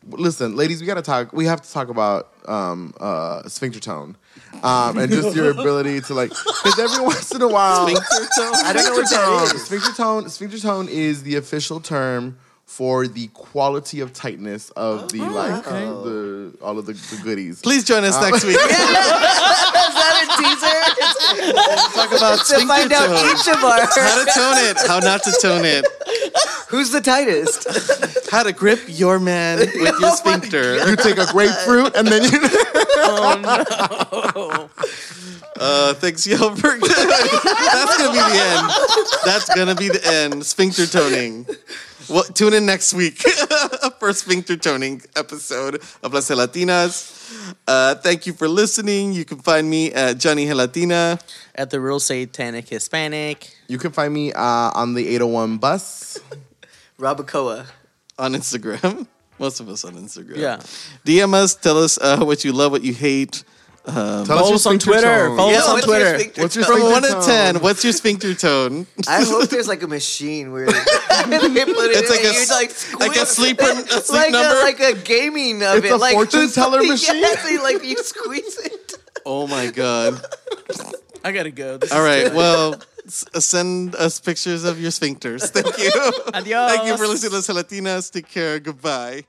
Speaker 3: listen, ladies, we gotta talk. We have to talk about um, uh, sphincter tone um, and just your ability to like because every once in a while,
Speaker 1: Sphincter tone?
Speaker 4: I don't know what
Speaker 3: Sphincter
Speaker 4: that
Speaker 3: tone.
Speaker 4: is.
Speaker 3: Sphincter tone. Sphincter tone is the official term for the quality of tightness of the like uh, the all of the, the goodies.
Speaker 1: Please join us next week.
Speaker 4: Is that a teaser?
Speaker 1: Talk about
Speaker 4: to
Speaker 1: sphincter
Speaker 4: find out
Speaker 1: tone.
Speaker 4: each of our
Speaker 1: How to tone it. How not to tone it.
Speaker 4: who's the tightest.
Speaker 1: How to grip your man with your sphincter.
Speaker 3: You take a grapefruit and then you.
Speaker 1: Uh, thanks, y'all, for That's going to be the end. That's going to be the end. Sphincter toning. Well, tune in next week for sphincter toning episode of Las Gelatinas. Uh, thank you for listening. You can find me at Johnny Gelatina.
Speaker 2: At the real satanic Hispanic.
Speaker 3: You can find me uh, on the 801 bus.
Speaker 4: Robacoa.
Speaker 1: on Instagram. Most of us on Instagram.
Speaker 2: Yeah.
Speaker 1: DM us. Tell us uh, what you love, what you hate. Um,
Speaker 3: Tell us
Speaker 2: Follow us
Speaker 3: your
Speaker 2: on
Speaker 3: sphincter
Speaker 2: Twitter.
Speaker 3: tone.
Speaker 2: Follow
Speaker 4: Yeah,
Speaker 2: us on
Speaker 4: what's your
Speaker 2: Twitter.
Speaker 4: sphincter
Speaker 3: What's your
Speaker 4: tone?
Speaker 1: from
Speaker 3: sphincter
Speaker 1: one to
Speaker 3: tone.
Speaker 1: ten, what's your sphincter tone?
Speaker 4: I hope there's like a machine where they, they put it
Speaker 1: It's
Speaker 4: in
Speaker 1: like a
Speaker 4: and
Speaker 1: s-
Speaker 4: you, like,
Speaker 1: like a
Speaker 4: squeeze-
Speaker 1: sleeper- a sleep
Speaker 4: like
Speaker 1: number?
Speaker 4: A, like a gaming of
Speaker 3: It's
Speaker 4: it.
Speaker 3: a
Speaker 4: like
Speaker 3: fortune
Speaker 4: who's-
Speaker 3: teller
Speaker 4: Yes, they, like you squeeze it.
Speaker 1: oh my god!
Speaker 2: I gotta go. This
Speaker 1: All
Speaker 2: is-
Speaker 1: right, well, s- uh, send us pictures of your sphincters. Thank you.
Speaker 2: Adios.
Speaker 1: Thank you for listening to Las Latinas. Take care. Goodbye.